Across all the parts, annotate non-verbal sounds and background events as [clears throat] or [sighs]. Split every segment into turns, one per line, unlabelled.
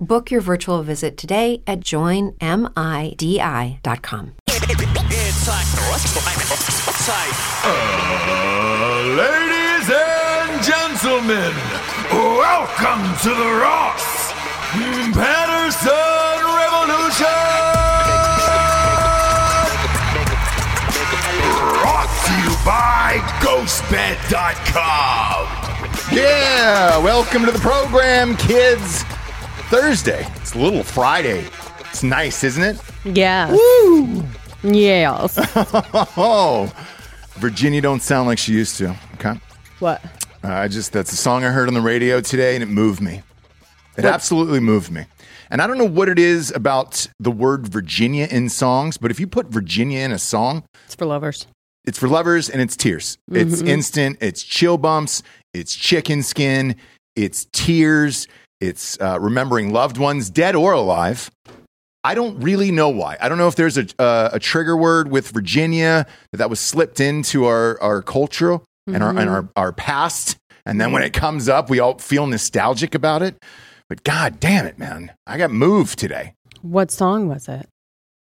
Book your virtual visit today at joinmidi.com.
Uh, Ladies and gentlemen, welcome to the Ross Patterson Revolution! Brought to you by GhostBed.com!
Yeah, welcome to the program, kids. Thursday. It's a little Friday. It's nice, isn't it? [laughs]
Yeah. Yes.
Oh, Virginia don't sound like she used to. Okay. Uh,
what?
I just, that's a song I heard on the radio today and it moved me. It absolutely moved me. And I don't know what it is about the word Virginia in songs, but if you put Virginia in a song,
It's for lovers.
it's for lovers and it's tears. It's instant, it's chill bumps, it's chicken skin, it's tears, it's uh, remembering loved ones, dead or alive. I don't really know why. I don't know if there's a, uh, a trigger word with Virginia that, that was slipped into our, our culture and, our, and our, our past. And then when it comes up, we all feel nostalgic about it. But God damn it, man. I got moved today.
What song was it?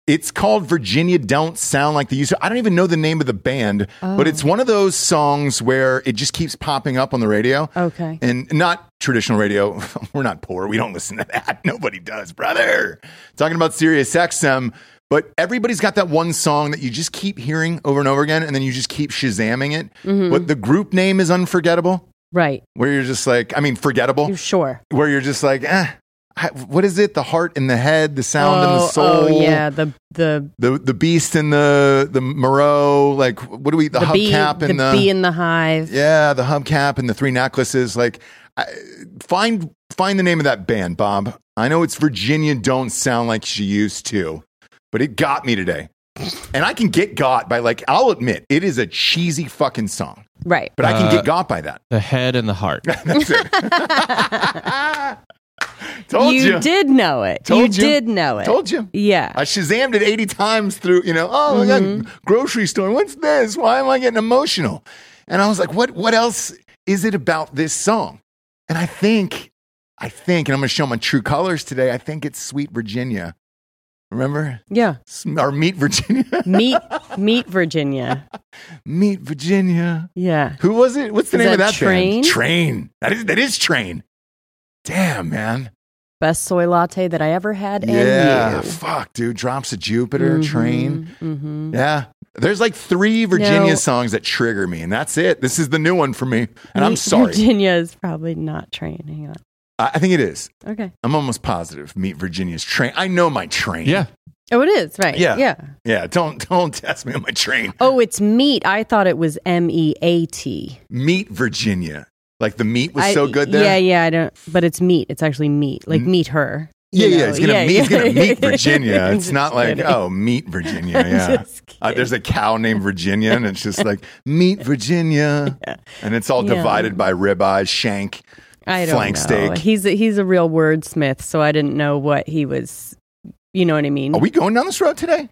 It's called Virginia Don't Sound Like the Used to. I don't even know the name of the band, but
Oh.
it's one of those songs where it just keeps popping up on the radio.
Okay.
And not traditional radio. [laughs] We're not poor. We don't listen to that. [laughs] Nobody does, brother. Talking about Sirius XM, but everybody's got that one song that you just keep hearing over and over again, and then you just keep shazamming it.
Mm-hmm.
But the group name is unforgettable,
Right.
where you're just like, I mean, forgettable
You sure?
where you're just like, eh, I- what is it? The heart and the head, the sound and the
oh,
soul.
oh, yeah. The the
The the beast and the the Moreau. Like what do we? The,
the, bee,
hubcap
the
and the,
bee in the hive.
yeah, the hubcap and the three necklaces. Like I, find find the name of that band, Bob. I know it's Virginia. Don't sound like she used to, but it got me today. And I can get got by like I'll admit it is a cheesy fucking song,
Right.
but I can
Uh,
get got by that. [laughs]
The head and the heart.
That's it. Told you.
you, did know it.
Told
you,
you.
did know it.
Told you.
Yeah.
I shazammed it 80 times through, you know, oh, my
Mm-hmm.
God, grocery store. What's this? Why am I getting emotional? And I was like, what, what else is it about this song? And I think, I think, and I'm going to show my true colors today. I think it's Sweet Virginia. Remember?
yeah.
S- Or Meet Virginia. [laughs]
Meet meet Virginia.
meet Virginia.
Yeah.
Who was it? What's the
Is
name of
that
that band?
Train?
Train. That is, that is Train. Damn, man.
Best soy latte that I ever had
yeah.
and you.
Fuck, dude. Drops of Jupiter, Train.
Mm-hmm.
Yeah. There's like three Virginia
No.
songs that trigger me, and that's it. This is the new one for me, and I'm
Meet
sorry.
Virginia is probably not trained. Hang on.
I, I think it is.
Okay.
I'm almost positive. Meet Virginia's train. I know my train.
Yeah.
Oh, it is right.
Yeah.
Yeah.
yeah. Don't don't test me on my train.
Oh, it's meat. I thought it was M E A T.
Meet Virginia. Like the meat was
I-
so good there. Mm.
Yeah, yeah, I don't. But it's meat. It's actually meat. Like meet her.
yeah,
you
yeah,
know,
It's gonna
yeah,
meet. It's
yeah.
gonna meet
[laughs]
Virginia. It's
Just
not like
kidding.
oh, meet
[laughs]
Virginia. Yeah.
Just
Uh, there's a cow named Virginia, and it's just like meet
[laughs]
Virginia, and it's all
Yeah.
divided by ribeye, shank.
I don't
flank
know.
steak.
He's a, he's a real wordsmith, so I didn't know what he was. You know what I mean?
Are we going down this road today?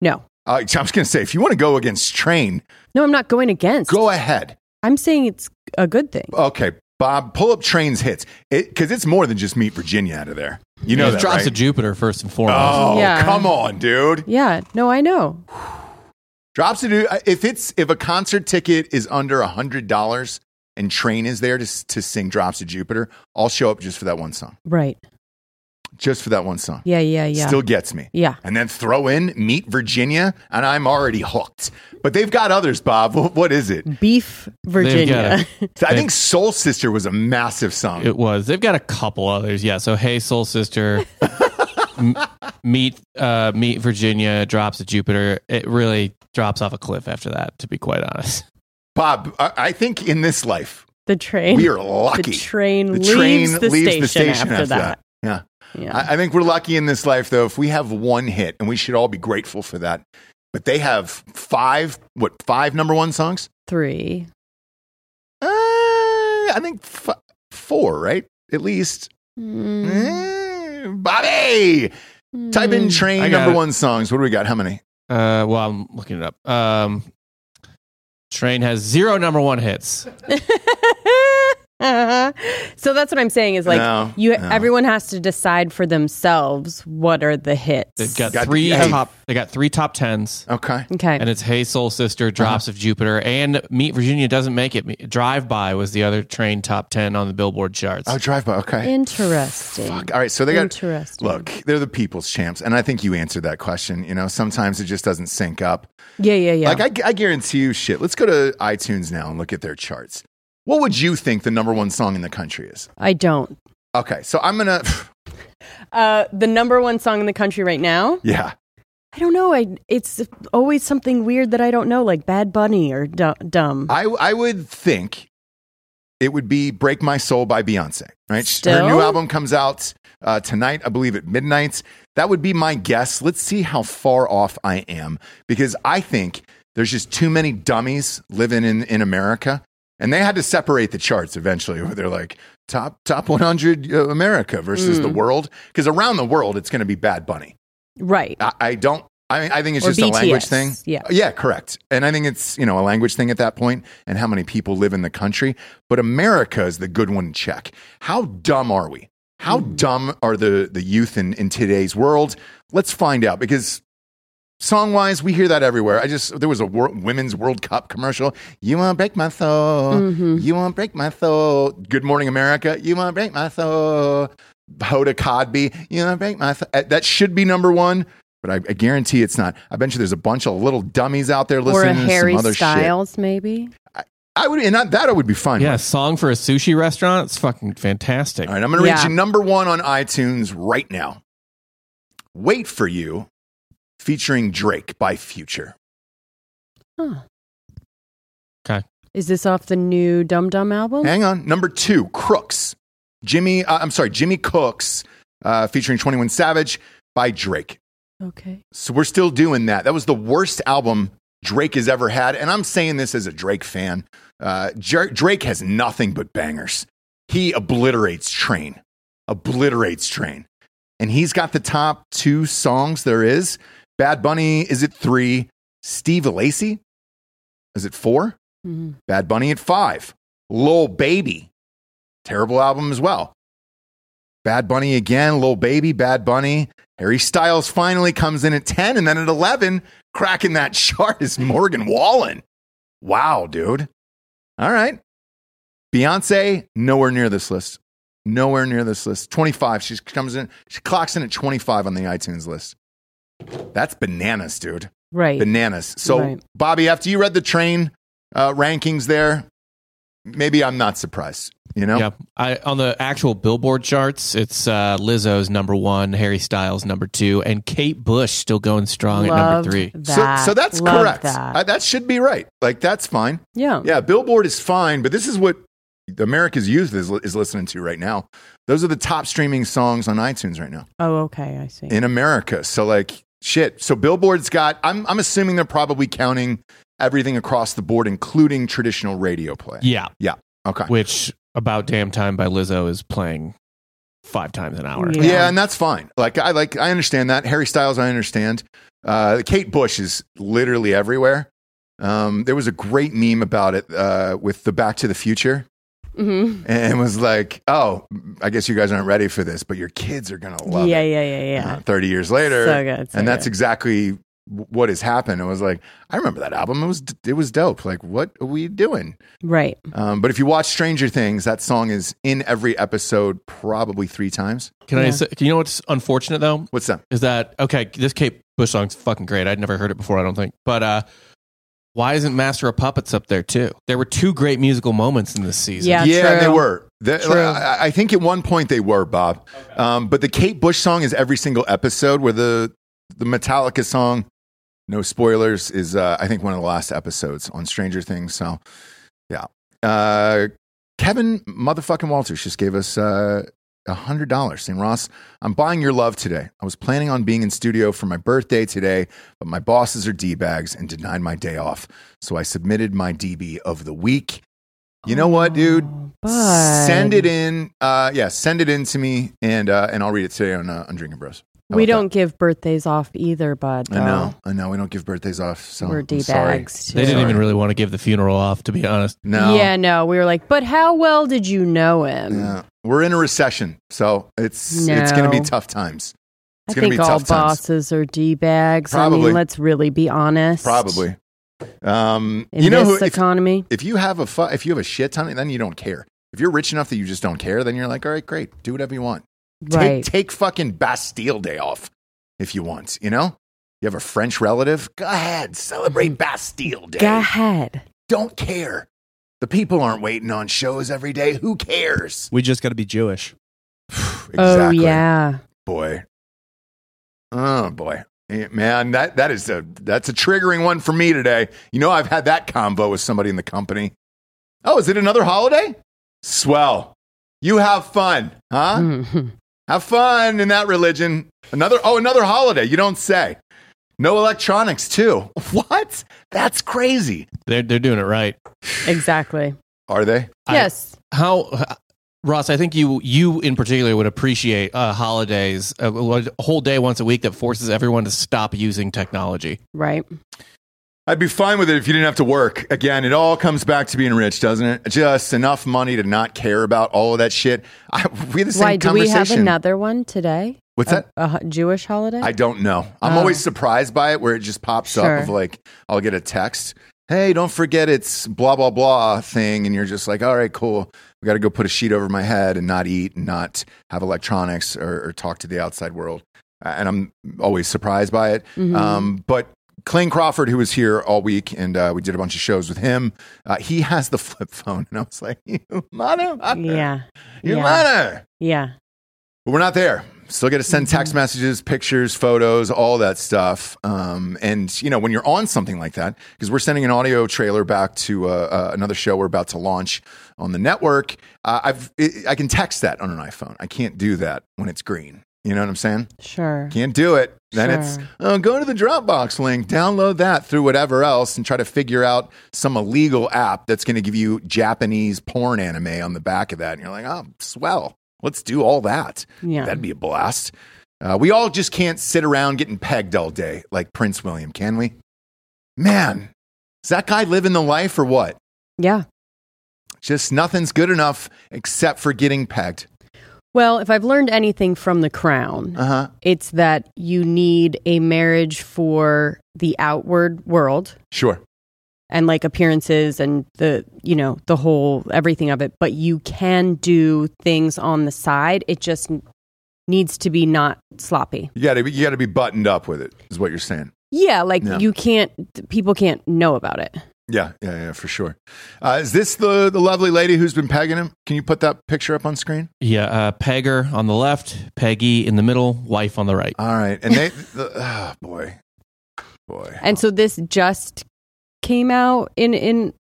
no,
Uh, I was going to say, if you want to go against Train,
no, I'm not going against.
go ahead.
I'm saying it's a good thing.
Okay, Bob, pull up Train's hits because it's more than just meet Virginia out of there. You know
Yeah,
that,
drops
right?
of Jupiter first and foremost.
oh,
Yeah.
come on, dude!
Yeah. No, I know.
Drops of Ju- if it's if a concert ticket is under a hundred dollars and Train is there to s- to sing Drops of Jupiter, I'll show up just for that one song.
Right.
Just for that one song,
Yeah. Yeah. Yeah.
still gets me.
yeah.
And then throw in Meet Virginia, and I'm already hooked. But they've got others, Bob. What, what is
Mm.
it?
Beef Virginia.
I think Soul Sister was a massive song.
It was. They've got a couple others. Yeah. So hey, Soul Sister, [laughs] M- meet uh, meet Virginia, drops of Jupiter. It really drops off a cliff after that. To be quite honest.
Bob, I, I think in this life
[laughs] the train.
we are
the
lucky.
train leaves, the, station after, that.
Yeah,
Yeah.
I, I think we're lucky in this life though. If we have one hit, and we should all be grateful for that. But they have five, what five number one songs?
Three. [laughs]
Uh, I think f- four, right? At least.
Hmm.
Eh, Bobby, type in
I
train
got
number
it.
one songs. What do we got? How many?
Uh, well, I'm looking it up. Um, Train has zero number one hits.
Uh-huh. so that's what I'm saying is like
No,
you
no.
everyone has to decide for themselves what are the hits.
They've got,
Got-
three
hey.
top. They got three top tens.
Okay.
okay.
And it's Hey Soul Sister, Drops of Jupiter, and Meet Virginia doesn't make it. Me- Drive By was the other train top 10 on the Billboard charts.
Oh, drive by. Okay.
Interesting.
Fuck. All right. So they got
Interesting.
Look, they're the people's champs, and I think you answered that question. You know, sometimes it just doesn't sync up.
Yeah, yeah, yeah.
Like I, I guarantee you, shit. Let's go to iTunes now and look at their charts. What would you think the number one song in the country is?
I don't.
Okay, so I'm gonna, [sighs]
Uh, the number one song in the country right now.
yeah,
I don't know. I it's always something weird that I don't know, like Bad Bunny or du- Dumb.
I I would think it would be "Break My Soul" by Beyonce. Right, her
Still?
new album comes out uh, tonight, I believe, at midnight. That would be my guess. Let's see how far off I am because I think there's just too many dummies living in in America. And they had to separate the charts eventually, [laughs] where they're like top top 100 uh, America versus the world, because around the world it's going to be Bad Bunny.
right.
I, I don't. I mean, I think it's
Or
just a language
BTS,
thing.
yeah.
yeah, correct. And I think it's you know a language thing at that point, and how many people live in the country. But America is the good one to check. How dumb are we? How
Hmm.
dumb are the the youth in in today's world? Let's find out because. Song wise, we hear that everywhere. I just there was a wor- women's World Cup commercial. You won't break my soul.
Mm-hmm.
You won't break my soul. Good Morning America. You won't break my soul. Hoda Codby. You won't break my. Soul. Uh, That should be number one, but I, I guarantee it's not. I bet you there's a bunch of little dummies out there
or a
listening to
Harry
some other shit.
Styles, maybe.
I would and I, that I would be fine.
yeah,
with.
song for a sushi restaurant. It's fucking fantastic.
All right, I'm going to read
Yeah.
you number one on iTunes right now. Wait for you, featuring Drake by Future.
Huh.
Okay.
Is this off the new Dum Dum album?
Hang on. Number two, Crooks. Jimmy, uh, I'm sorry, Jimmy Cooks uh, featuring 21 Savage by Drake.
Okay.
So we're still doing that. That was the worst album Drake has ever had. And I'm saying this as a Drake fan. Uh, Jer- Drake has nothing but bangers. He obliterates Train, obliterates Train. And he's got the top two songs there is Bad Bunny is at three, Steve Lacey is at four.
Mhm.
Bad Bunny at five. Lil Baby, terrible album as well. Bad Bunny again, Lil Baby, Bad Bunny. Harry Styles finally comes in at 10, and then at 11, cracking that [laughs] chart is Morgan Wallen. Wow, dude. All right. Beyonce, nowhere near this list. Nowhere near this list. 25. She comes in, she clocks in at 25 on the iTunes list. That's bananas, dude
Right.
bananas. So,
Right.
Bobby, after you read the train uh, rankings there, maybe I'm not surprised. You know,
Yeah. I, on the actual Billboard charts, it's uh, Lizzo's number one, Harry Styles number two, and Kate Bush still going strong at
Loved
number three.
so
that.
so that's
Loved
correct.
that.
Uh, that should be right. Like that's fine.
yeah.
Yeah, Billboard is fine, but this is what America's youth is, is listening to right now. Those are the top streaming songs on iTunes right now.
Oh, okay. I see.
in America. So like shit. So Billboard's got I'm I'm assuming they're probably counting everything across the board including traditional radio play.
Yeah.
Okay.
Which About Damn Time by Lizzo is playing five times an hour.
Yeah.
Yeah. and that's fine. Like I like I understand that. Harry Styles I understand. Uh Kate Bush is literally everywhere. Um there was a great meme about it uh with the Back to the Future
Mhm.
and it was like, "Oh, I guess you guys aren't ready for this, but your kids are going to love
yeah,
it."
yeah, yeah, yeah.
Uh, 30 years later.
So good. so
and that's
good.
exactly w- what has happened. It was like I remember that album. It was it was dope. Like what are we doing?
right.
Um, but if you watch Stranger Things, that song is in every episode probably three times.
Can
Yeah.
I say, can you know what's unfortunate though?
What's that?
Is that, okay, this Kate Bush song's fucking great. I'd never heard it before, I don't think. But uh, why isn't Master of Puppets up there too? There were two great musical moments in this season.
Yeah. true.
they were. The-
True.
I, I think at one point they were Bob. Um, but the Kate Bush song is every single episode. Where the the Metallica song, no spoilers, is uh, I think one of the last episodes on Stranger Things. So yeah, uh, Kevin motherfucking Walters just gave us. Uh, hundred dollars, saying Ross, I'm buying your love today. I was planning on being in studio for my birthday today, but my bosses are d bags and denied my day off, so I submitted my DB of the week. You know what, dude?
Oh, bud.
Send it in. Uh, yeah, send it in to me, and uh, and I'll read it today on uh, on Drinking Bros. How
We
about
don't give birthdays off either, bud.
that? I know. I know. We don't give birthdays off, so
We're
I'm
d
sorry.
bags too.
They didn't
Sorry.
even really want to give the funeral off, to be honest.
No.
Yeah, no. We were like, but how well did you know him?
Yeah. We're in a recession, so it's it's going to be
No.
tough times.
I
It's going to
think
be
all
tough times.
bosses are d bags. I
Probably.
mean, let's really be honest.
Probably. Um,
In
you know
this
who? If,
economy,
if you have a fu- if you have a shit ton, then you don't care. If you're rich enough that you just don't care, then you're like, all right, great, do whatever you want.
right?
Take, take fucking Bastille Day off if you want. You know, you have a French relative. Go ahead, celebrate Bastille Day.
Go ahead.
Don't care. The people aren't waiting on shows every day. Who cares?
We just got to be Jewish.
[sighs]
Oh yeah.
boy. Oh boy, Eh, man that that is a that's a triggering one for me today. You know, I've had that combo with somebody in the company. Oh, is it another holiday? Swell. You have fun, huh?
Mhm.
Have fun in that religion. Another oh, another holiday. You don't say. No electronics too. [laughs] What? That's crazy.
They're, they're doing it right.
[laughs] exactly.
Are they?
I-
yes.
how Ross, I think you you in particular would appreciate uh, holidays, a, a whole day once a week that forces everyone to stop using technology.
Right.
I'd be fine with it if you didn't have to work. Again, it all comes back to being rich, doesn't it? Just enough money to not care about all of that shit. I, we had the same
Why do we
conversation.
have another one today?
What's
a,
that?
A ho- Jewish holiday?
I don't know. I'm
Oh.
always surprised by it where it just pops
Sure.
up of like I'll get a text, "Hey, don't forget it's blah blah blah thing." And you're just like, "All right, cool. We got to go put a sheet over my head and not eat and not have electronics or, or talk to the outside world." Uh, And I'm always surprised by it.
Mhm.
Um, but Clayne Crawford, who was here all week, and uh, we did a bunch of shows with him. Uh, he has [laughs] the flip phone, and I was like, "You mother,
yeah.
you
yeah.
mother."
Yeah.
But we're not there. Still got to send text messages, pictures, photos, all that stuff. Um, and you know, when you're on something like that, because we're sending an audio trailer back to uh, uh, another show we're about to launch on the network, uh, I've i I can text that on an iPhone. I can't do that when it's green. You know what I'm saying?
Sure.
Can't do it. Then
Sure.
it's oh, go to the Dropbox link, download that through whatever else, and try to figure out some illegal app that's going to give you Japanese porn anime on the back of that. And you're like, oh, swell. Let's do all that.
Yeah.
That'd be a blast. Uh, we all just can't sit around getting pegged all day like Prince William, can we? Man, is that guy living the life or what?
Yeah.
Just nothing's good enough except for getting pegged.
Well, if I've learned anything from The Crown,
Uh huh.
it's that you need a marriage for the outward world
Sure.
and like appearances and the, you know, the whole everything of it, but you can do things on the side. It just needs to be not sloppy.
You got to you got to be buttoned up with it. Is what you're saying.
Yeah, like
Yeah.
you can't people can't know about it.
Yeah, yeah, yeah, for sure. Uh, is this the the lovely lady who's been pegging him? Can you put that picture up on screen?
Yeah, uh, Pegger on the left, Peggy in the middle, wife on the right.
All right, and they, the, [sighs] oh boy, boy,
And so this just came out in in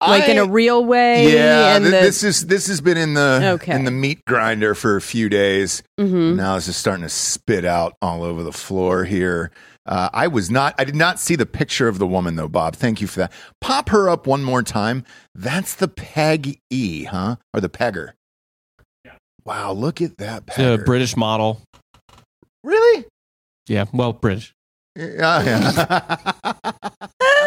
like in a
I-
real way.
yeah.
and
thi-
the-
this is this has been in the
Okay.
in the meat grinder for a few days.
Mhm.
Now it's just starting to spit out all over the floor here. Uh, I was not, I did not see the picture of the woman though, Bob. Thank you for that. Pop her up one more time. That's the peg e, huh? Or the pegger. Wow, look at that
The
pegger.
British model.
really?
Yeah, well, British.
Yeah,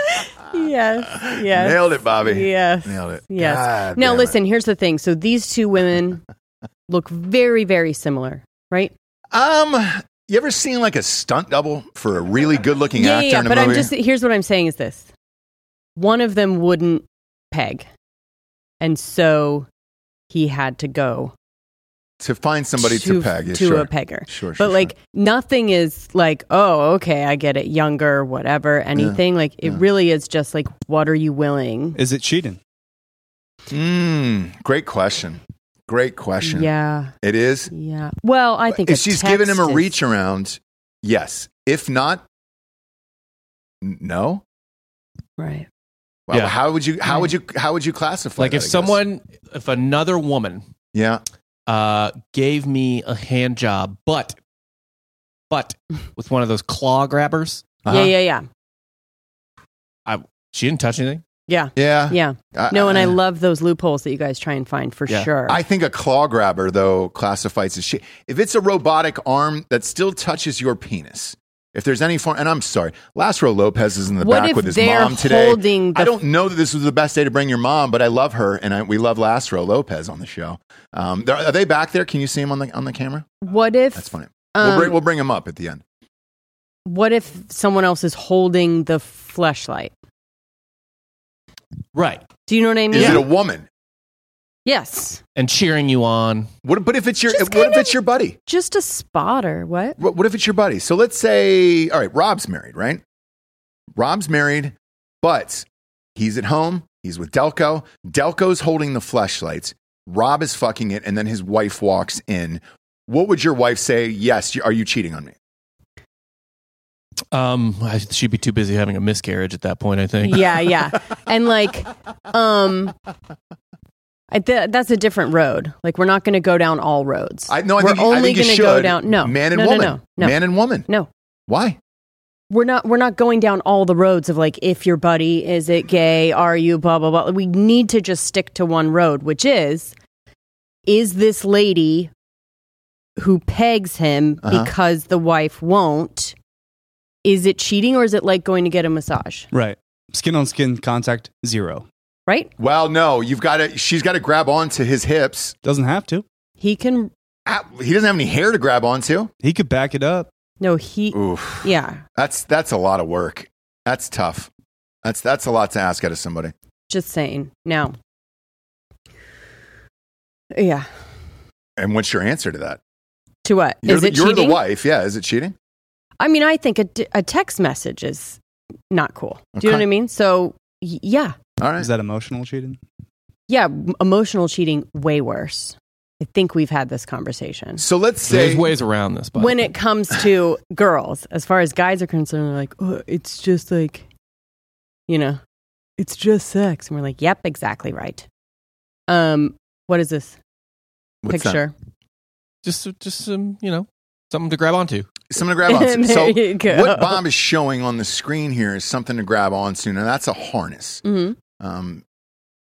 yes,
yeah.
yes,
Nailed it, Bobby.
yes,
Nailed it.
Yes.
God
now
damn it.
listen. Here's the thing. So these
[laughs]
two women look very, very similar, right?
Um, you ever seen like a stunt double for a really good-looking
yeah,
actor
yeah. yeah,
in a
But
movie?
I'm just here's what I'm saying is this: one of them wouldn't peg, and so he had to go
to find somebody to,
to
peg. Yeah,
to
sure.
a pegger.
Sure, sure,
but like
sure.
nothing is like oh okay i get it younger whatever anything like it
yeah.
really is just like what are you willing
Is it cheating?
Mm, great question. Great question.
yeah
It is.
yeah well i think
if
a
she's giving him a
text is-
reach around, yes. If not, n- no.
right
Wow,
Yeah.
How would you? How would you? How would you classify?
Like
that,
if
I guess?
someone, if another woman
yeah,
uh, gave me a hand job, but but with one of those claw grabbers,
Uh-huh.
yeah yeah yeah
she didn't touch anything.
yeah
yeah,
yeah
I-
no and i love those loopholes that you guys try and find for
Yeah.
sure
I think a claw grabber though classifies as shit. If it's a robotic arm that still touches your penis, if there's any form, and I'm sorry, Lázaro Lopez is in the
What
back
if
with his
they're
mom today.
holding the-
I don't know that this was the best day to bring your mom, but I love her, and I, we love Lázaro Lopez on the show. Um, there- are they back there? Can you see him on the on the camera?
what if
That's funny. we'll,
um,
bring, we'll bring him up at the end.
what if someone else is holding the fleshlight
Right,
do you know what i mean
Is it a woman?
yes
and cheering you on.
What, but if it's your
Just
what if
kinda-
it's your buddy?
just a spotter what
What, what if it's your buddy? So let's say, all right, Rob's married, right? Rob's married, but he's at home. He's with Delco. Delco's holding the flashlights. Rob is fucking it, and then his wife walks in. What would your wife say? Yes, you- are you cheating on me?
Um, I, she'd be too busy having a miscarriage at that point. I think.
yeah yeah and like um I th- that's a different road like we're not going to go down all roads
I no, I
we're
think you- I
only
think you
gonna
should.
go down no
man and
no,
woman,
no no no
man and woman.
no
Why?
we're not we're not going down all the roads of like if your buddy is it gay are you blah blah blah we need to just stick to one road which is is this lady who pegs him
Uh-huh.
because the wife won't is it cheating or is it like going to get a massage
Right. Skin on skin contact, zero.
right
Well, no, you've got to. She's got to grab onto his hips.
Doesn't have to.
he can
Ah, He doesn't have any hair to grab onto.
He could back it up.
no he
Oof.
Yeah.
That's that's a lot of work. That's tough. That's that's a lot to ask out of somebody.
Just saying. Now. Yeah.
And what's your answer to that?
To what? Is
You're, the,
it
you're
cheating?
the wife. Yeah. Is it cheating?
I mean, I think a, d- a text message is not cool. Do you know
Okay.
what I mean? So, y- yeah.
All right.
Is that emotional cheating?
Yeah. m- Emotional cheating, way worse. I think we've had this conversation.
So let's say
[laughs] There's ways around this, but
[laughs]
when it comes to girls, as far as guys are concerned, they're like, oh, it's just like, you know, it's just sex. And we're like, yep, exactly right. Um, what is this
What's that?
picture?
just just some you know something to grab onto.
something to
[laughs]
grab onto.
There
so
you go.
what Bob is showing on the screen here is something to grab onto. Now that's a harness.
Mhm.
Um,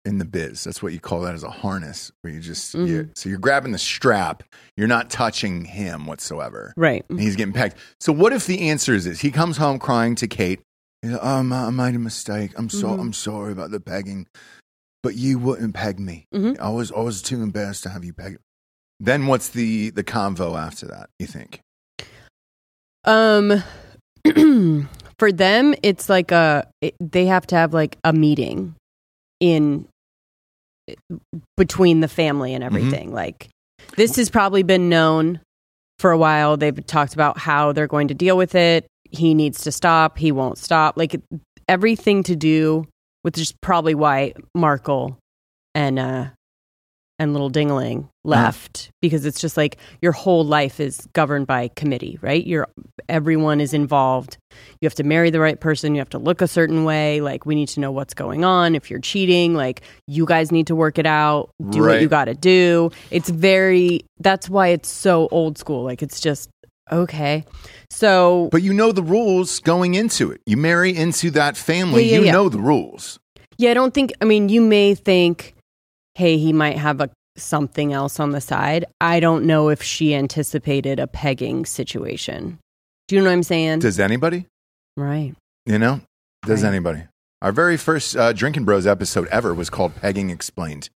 in the biz, that's what you call that is a harness where you just
Mhm.
you, so you're grabbing the strap. You're not touching him whatsoever.
Right.
And he's getting pegged. So what if the answer is this? He comes home crying to Kate. He's like, oh, I made a mistake. I'm so
Mhm.
I'm sorry about the pegging, but you wouldn't peg me.
Mhm.
I was I was too embarrassed to have you peg. Then what's the the convo after that? You think?
Um, [clears throat] for them, it's like a it, they have to have like a meeting in between the family and everything. Like this has probably been known for a while. They've talked about how they're going to deal with it. He needs to stop. He won't stop. Like it- everything to do with just probably why Markle and uh and little dingling left because it's just like your whole life is governed by committee, right? You're everyone is involved. You have to marry the right person. You have to look a certain way. Like, we need to know what's going on. If you're cheating, like, you guys need to work it out. Do what you
Right.
got to do. It's very, that's why it's so old school. Like, it's just, okay. So,
But you know the rules going into it. You marry into that family.
Yeah, yeah,
you
yeah.
know the rules.
yeah, I don't think, I mean, you may think, hey, he might have a, something else on the side. I don't know if she anticipated a pegging situation. Do you know what I'm saying?
Does anybody?
right.
You know? Does
Right.
anybody? Our very first uh, Drinking Bros episode ever was called Pegging Explained.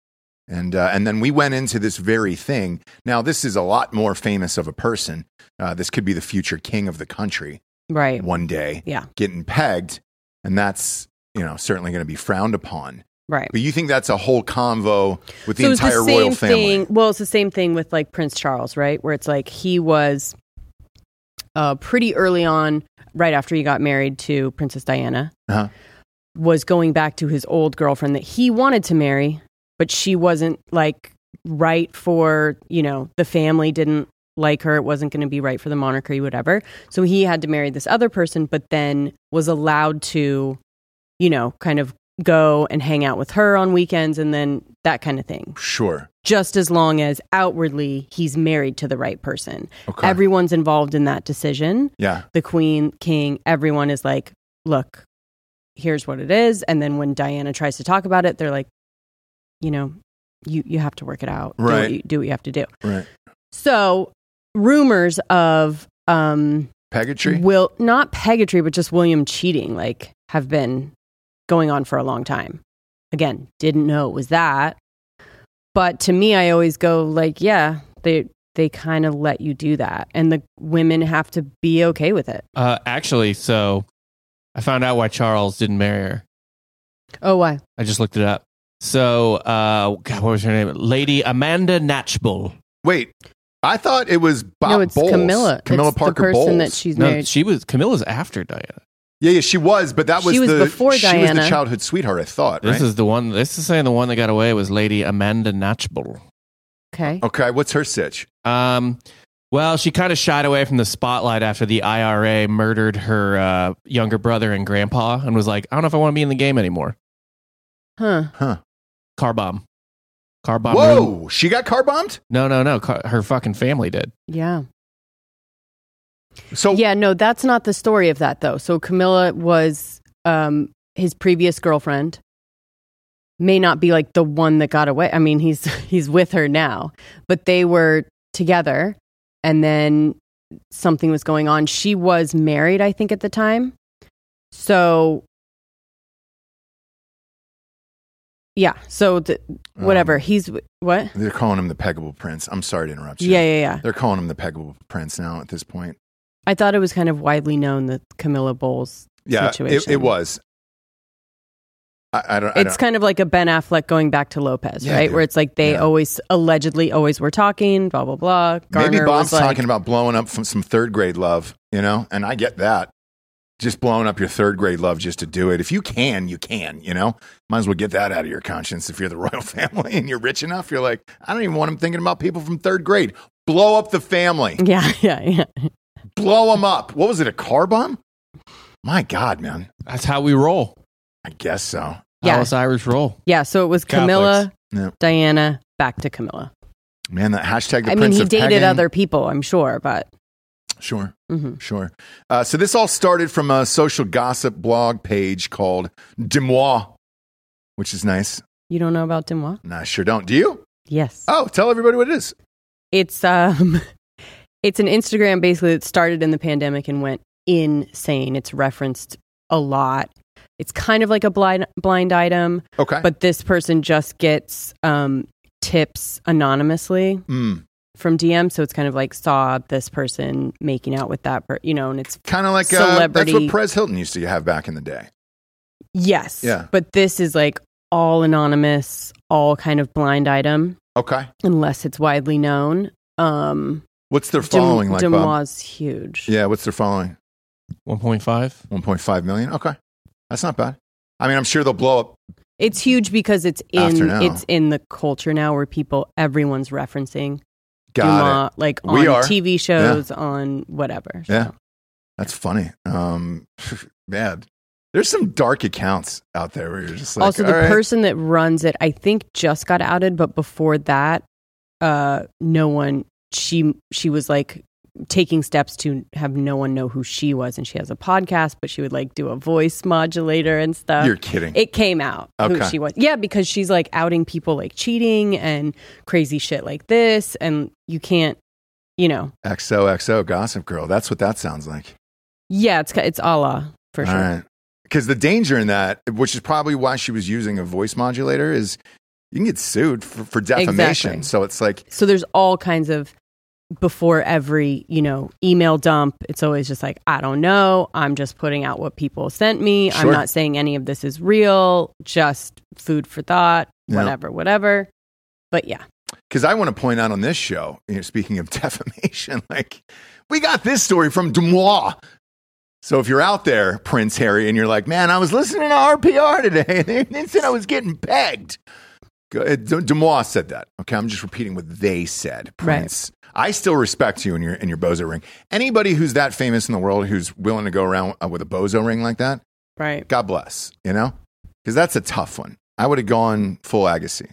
And, uh, and then we went into this very thing. Now, this is a lot more famous of a person. Uh, this could be the future king of the country
Right.
one day,
Yeah.
getting pegged. And that's, you know, certainly going to be frowned upon.
Right.
But you think that's a whole convo with the
it's
entire royal family.
Thing, well, it's the same thing with like Prince Charles, right? Where it's like he was uh, pretty early on, right after he got married to Princess Diana,
Uh-huh.
was going back to his old girlfriend that he wanted to marry, but she wasn't like right for, you know, the family didn't like her. It wasn't going to be right for the monarchy, whatever. So he had to marry this other person, but then was allowed to, you know, kind of go and hang out with her on weekends and then that kind of thing
Sure.
just as long as outwardly he's married to the right person.
Okay.
Everyone's involved in that decision.
yeah.
The queen, king, everyone is like, look, here's what it is. And then when Diana tries to talk about it, they're like, you know, you, you have to work it out. Do what
Right.
you- do what you have to do.
Right.
So, rumors of um,
Pegatry?
Will not pegatry, but just William cheating, like have been going on for a long time. Again, didn't know it was that. But to me, I always go like, yeah, they they kind of let you do that, and the women have to be okay with it.
Uh, actually, so I found out why Charles didn't marry her.
Oh, why?
I just looked it up. So, uh, God, what was her name? Lady Amanda Natchbull.
Wait, I thought it was Bob
no, it's
Bowles.
Camilla.
Camilla
It's
Parker
the person
Bowles.
that she's
No,
married.
she was Camilla's after Diana.
yeah, yeah, she was, but that
She
was,
was
the
before
she was
Diana.
the childhood sweetheart. I thought. right?
This is the one. This is saying the one that got away was Lady Amanda Natchbull.
okay,
okay. What's her sitch?
Um, well, she kind of shied away from the spotlight after the IRA murdered her uh, younger brother and grandpa, and was like, "I don't know if I want to be in the game anymore."
huh?
Huh?
Car bomb. Car bomb.
Whoa, she got car bombed.
No, no, no. Car- her fucking family did.
Yeah,
So
yeah. No, that's not the story of that though. So Camilla was um, his previous girlfriend. may not be like the one that got away. I mean, he's [laughs] he's with her now, but they were together and then something was going on. She was married, I think at the time. So Yeah, so th- whatever.
Um,
he's what?
they're calling him the Peggable Prince. I'm sorry to interrupt you.
Yeah, yeah, yeah.
They're calling him the Peggable Prince now at this point.
I thought it was kind of widely known that Camilla Bowles
Yeah, it,
Situation.
it was. I, I don't. I
it's
don't-
kind of like a Ben Affleck going back to Lopez,
Yeah,
right?
dude.
Where it's like they
Yeah.
always allegedly always were talking, blah blah blah. Garner
Maybe Bob's
was like,
talking about blowing up from some third grade love, you know, and I get that. just blowing up your third grade love just to do it. If you can, you can, you know? Might as well get that out of your conscience if you're the [laughs] royal family and you're rich enough. You're like, I don't even want them thinking about people from third grade. Blow up the family,
[laughs] Yeah, yeah, yeah.
blow them up. What was it, a car bomb? My God, man.
That's how we roll.
I guess so.
Yeah.
How us Irish roll.
Yeah, so it was
Catholics.
Camilla,
Yeah.
Diana, back to Camilla.
Man, that hashtag the
I mean,
Prince
he
of
dated
Pegging.
other people, I'm sure, but
Sure.
mhm.
Sure. Uh, so this all started from a social gossip blog page called Demois, which is nice.
you don't know about Dimois?
No, I sure don't. Do you?
Yes.
Oh, tell everybody what it is.
It's um [laughs] it's an Instagram basically that started in the pandemic and went insane. It's referenced a lot. It's kind of like a blind blind item,
Okay.
but this person just gets um tips anonymously
mm,
from DM, so it's kind of like saw this person making out with that, per- you know, and it's
kind of like uh, that's what
Celebrity.
Perez Hilton used to have back in the day.
yes.
Yeah.
But this is like all anonymous, all kind of blind item
Okay.
unless it's widely known. Um
What's their
Dim-
following like, Bob?
Dimois huge.
Yeah, what's their following?
1.5.
1.5 million? Okay. That's not bad. I mean, I'm sure they'll blow up.
It's huge because it's
After
in
now.
it's in the culture now where people everyone's referencing
Got it.
Dumas, like on
We are.
TV shows, on whatever. So,
Yeah. That's funny. Um, [laughs] man, there's some dark accounts out there where you're just like,
also, the
all right.
person that runs it, I think, just got outed, but before that, uh, no one. She she was like taking steps to have no one know who she was, and she has a podcast, but she would like do a voice modulator and stuff.
you're kidding.
It came out
Okay.
who she was. Yeah, because she's like outing people like cheating and crazy shit like this, and you can't, you know.
XOXO Gossip Girl. That's what that sounds like.
Yeah, it's it's Allah for sure.
Because the danger in that, which is probably why she was using a voice modulator, is you can get sued for, for defamation.
Exactly.
So it's like,
So there's all kinds of before every you know email dump. It's always just like I don't know. I'm just putting out what people sent me.
Sure.
I'm not saying any of this is real. Just food for thought.
Yeah.
Whatever, whatever. But yeah,
because I want to point out on this show, you know, speaking of [laughs] defamation, like we got this story from Dumois. So if you're out there, Prince Harry, and you're like, man, I was listening to RPR today and they said I was getting pegged. Go- uh, Du- Dumois said that. Okay, I'm just repeating what they said,
Right.
Prince. I still respect you and your and your bozo ring. Anybody who's that famous in the world who's willing to go around uh, with a bozo ring like that,
right.
God bless, you know? Because that's a tough one. I would have gone full Agassi,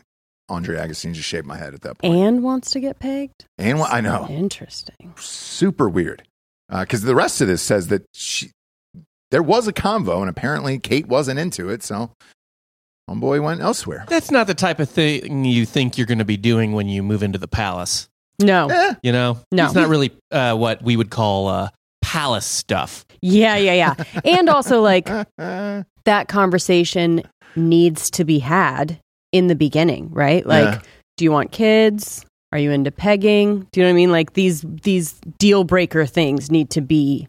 Andre Agassi, and just shaved my head at that point.
Anne wants to get pegged.
And what I know,
Interesting.
super weird. Because the rest of this says that she, there was a convo, and apparently Kate wasn't into it, so homeboy went elsewhere.
That's not the type of thing you think you're going to be doing when you move into the palace.
No.
Eh,
You know,
No.
it's not really uh, what we would call uh, palace stuff.
Yeah, yeah, yeah. And also, like,
eh.
that conversation needs to be had in the beginning, right? Like,
Yeah.
do you want kids? Are you into pegging? Do you know what I mean? Like these these deal breaker things need to be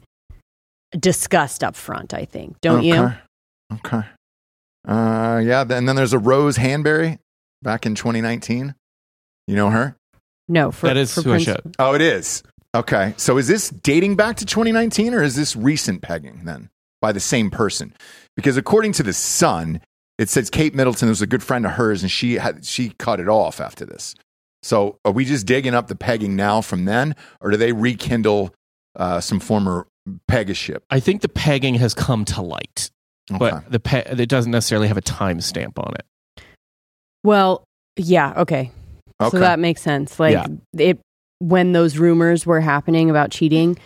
discussed up front, I think. [laughs] Don't you?
Okay. Okay. Uh, yeah, th- and then there's a Rose Hanbury back in 2019. You know her?
No, for
that is
for
who I
Prince-
showed.
Oh, it is. Okay. So is this dating back to 2019 or is this recent pegging then by the same person? Because according to the Sun, it says Kate Middleton was a good friend of hers and she had she cut it off after this. So are we just digging up the pegging now from then or do they rekindle uh, some former pegaship?
I think the pegging has come to light,
Okay.
but the pe- it doesn't necessarily have a timestamp on it.
Well, yeah, okay.
okay.
So that makes sense. Like
Yeah.
it when those rumors were happening about cheating,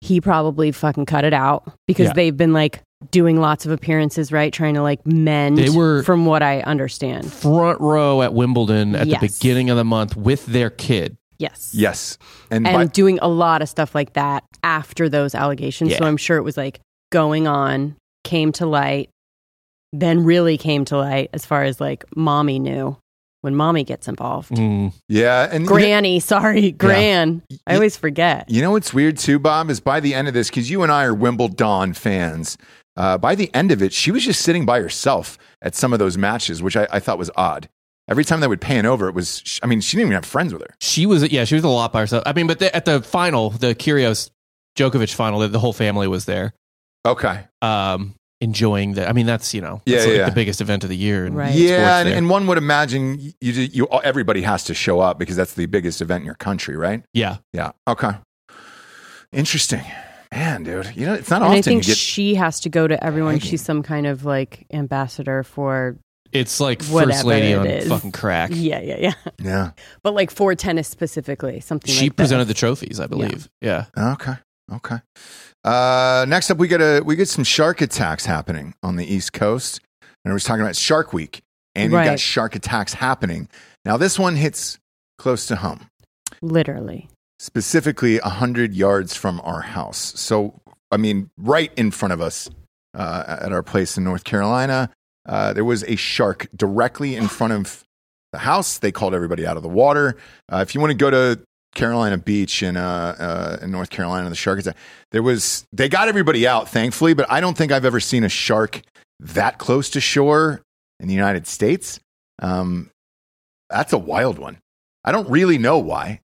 he probably fucking cut it out because
Yeah.
they've been like doing lots of appearances, right? Trying to like mend
They were-
from what I understand.
Front row at Wimbledon at
Yes.
the beginning of the month with their kid.
Yes.
yes. And,
And
by-
doing a lot of stuff like that after those allegations. So
Yeah.
I'm sure it was like going on, came to light, then really came to light as far as like mommy knew when mommy gets involved.
Mm.
yeah, and
Granny, sorry, Gran. I always forget.
You know what's weird too, Bob, is by the end of this, because you and I are Wimbledon fans. Uh, by the end of it, she was just sitting by herself at some of those matches, which I, I thought was odd. Every time they would pan over, it was. sh- I mean, she didn't even have friends with her.
She was, yeah, she was a lot by herself. I mean, but the, at the final, the Curios Djokovic final, the, the whole family was there.
Okay.
um, enjoying the. I mean, that's you know,
Yeah,
that's like
yeah.
the biggest event of the year. in
Right.
sports
Yeah, and,
there.
and one would imagine you, you you everybody has to show up because that's the biggest event in your country, right?
yeah,
Yeah. Okay. Interesting, man, dude. You know, it's not
And
often
I think
you get.
she has to go to everyone.
Begging.
She's some kind of like ambassador for.
it's like first
Whatever
lady
it
on
is.
fucking crack.
Yeah, yeah, yeah. [laughs]
yeah.
But like for tennis specifically, something
She
like that.
presented the trophies, I believe. Yeah.
Okay. Okay. Uh, next up, we get a we get some shark attacks happening on the East Coast, and I was talking about Shark Week, and you got
Right.
shark attacks happening. Now, this one hits close to home.
literally.
specifically 100 yards from our house. So, I mean, right in front of us uh, at our place in North Carolina, uh, there was a shark directly in front of the house. They called everybody out of the water. Uh, if you want to go to Carolina Beach in, uh, uh, in North Carolina, the shark attack, there was, they got everybody out, thankfully, but I don't think I've ever seen a shark that close to shore in the United States. Um, that's a wild one. I don't really know why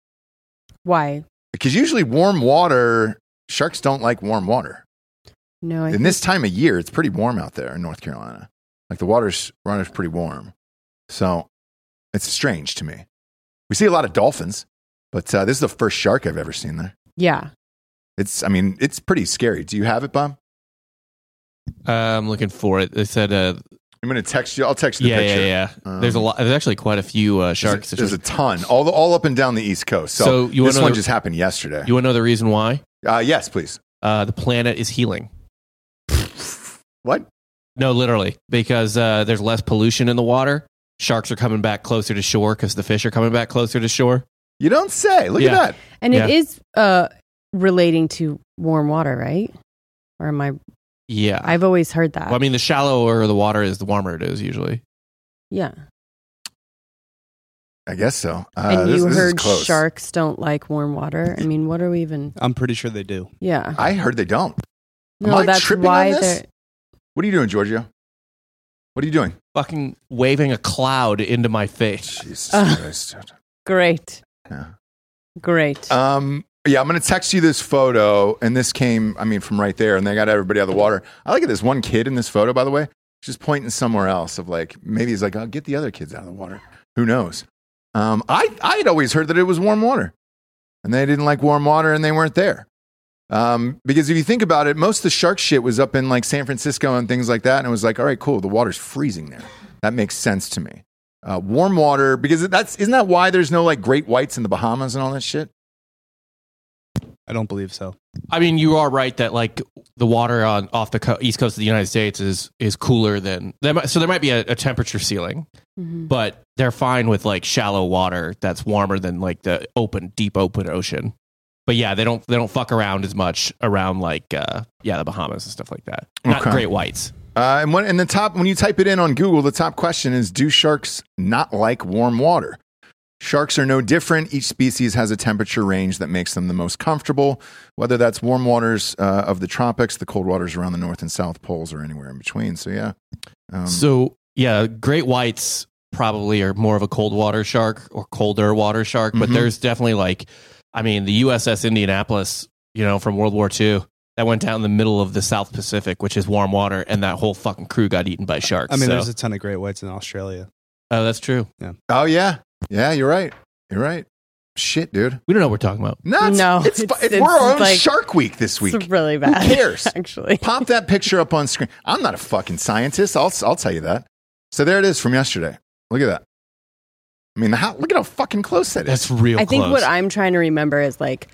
Why?
because usually warm water sharks don't like warm water
No, I
and this time of year it's pretty warm out there in north carolina like the water's runners pretty warm so it's strange to me we see a lot of dolphins but uh, this is the first shark i've ever seen there
yeah.
it's i mean it's pretty scary do you have it bob
Uh, I'm looking for it. They said, uh,
i'm gonna text you i'll text you the
yeah, yeah,
picture
yeah,
Um,
There's a lot. There's actually quite a few uh,
There's a-
shark
there's a ton
situations.
all, the, all up and down the east coast so,
So you wanna
this
know
one
the-
just happened yesterday
You want to know the reason why?
uh, yes please
Uh, the planet is healing.
what
No, literally, because uh, there's less pollution in the water. Sharks are coming back closer to shore because the fish are coming back closer to shore.
you don't say look
Yeah.
at that
And
Yeah.
it is uh relating to warm water, right? Or am I
Yeah.
I've always heard that.
Well, I mean, the shallower the water is, the warmer it is usually.
yeah.
i guess so uh,
And
this-
you
this is
heard
close.
sharks don't like warm water. I mean, what are we even
I'm pretty sure they do.
Yeah.
i heard they don't
No,
I
that's
tripping
why
on this?
they're
What are you doing, Giorgio? What are you doing?
Fucking waving a cloud into my face.
Jesus
Uh.
Christ.
great.
Yeah.
Great.
Um, yeah, I'm going to text you this photo. And this came, I mean, from right there. And they got everybody out of the water. I like it. This one kid in this photo, by the way, just pointing somewhere else of like, maybe he's like, I'll get the other kids out of the water. Who knows? Um, I, I had always heard that it was warm water. And they didn't like warm water and they weren't there. Um, because if you think about it, most of the shark shit was up in like San Francisco and things like that. And it was like, all right, cool. The water's freezing there. That makes sense to me. Uh, warm water, because that's, isn't that why there's no like great whites in the Bahamas and all that shit?
I don't believe so.
I mean, you are right that like the water on off the co- east coast of the United States is is cooler than there might, so there might be a, a temperature ceiling,
Um,
Mhm.
but they're fine with like shallow water that's warmer than like the open deep open ocean. But yeah, they don't they don't fuck around as much around like uh yeah, the Bahamas and stuff like that. Not
Okay.
great whites.
Uh, and when and the top when you type it in on Google, the top question is: Do sharks not like warm water? Sharks are no different. Each species has a temperature range that makes them the most comfortable, whether that's warm waters uh, of the tropics, the cold waters around the north and south poles, or anywhere in between. So yeah, um,
so yeah, great whites probably are more of a cold water shark or colder water shark, but
Mm-hmm.
Mhm.
there's definitely like, I mean, the USS Indianapolis, you know, from World War II, that went down the middle of the South Pacific, which is warm water, and that whole fucking crew got eaten by sharks.
I mean,
so-
there's a ton of great whites in Australia.
oh, that's true.
oh yeah, yeah, you're right, you're right. Shit, dude,
We don't know what we're talking about.
no, it's,
No,
it's,
it's-
fu-
it's
we're on
like-
Shark Week this week.
It's really bad. [laughs]
cares?
Actually.
Pop that picture up on screen. I'm not a fucking scientist. I'll, I'll tell you that. So there it is from yesterday. Look at that. I mean, how, look at how fucking close that is.
That's real.
I think
close.
what I'm trying to remember is like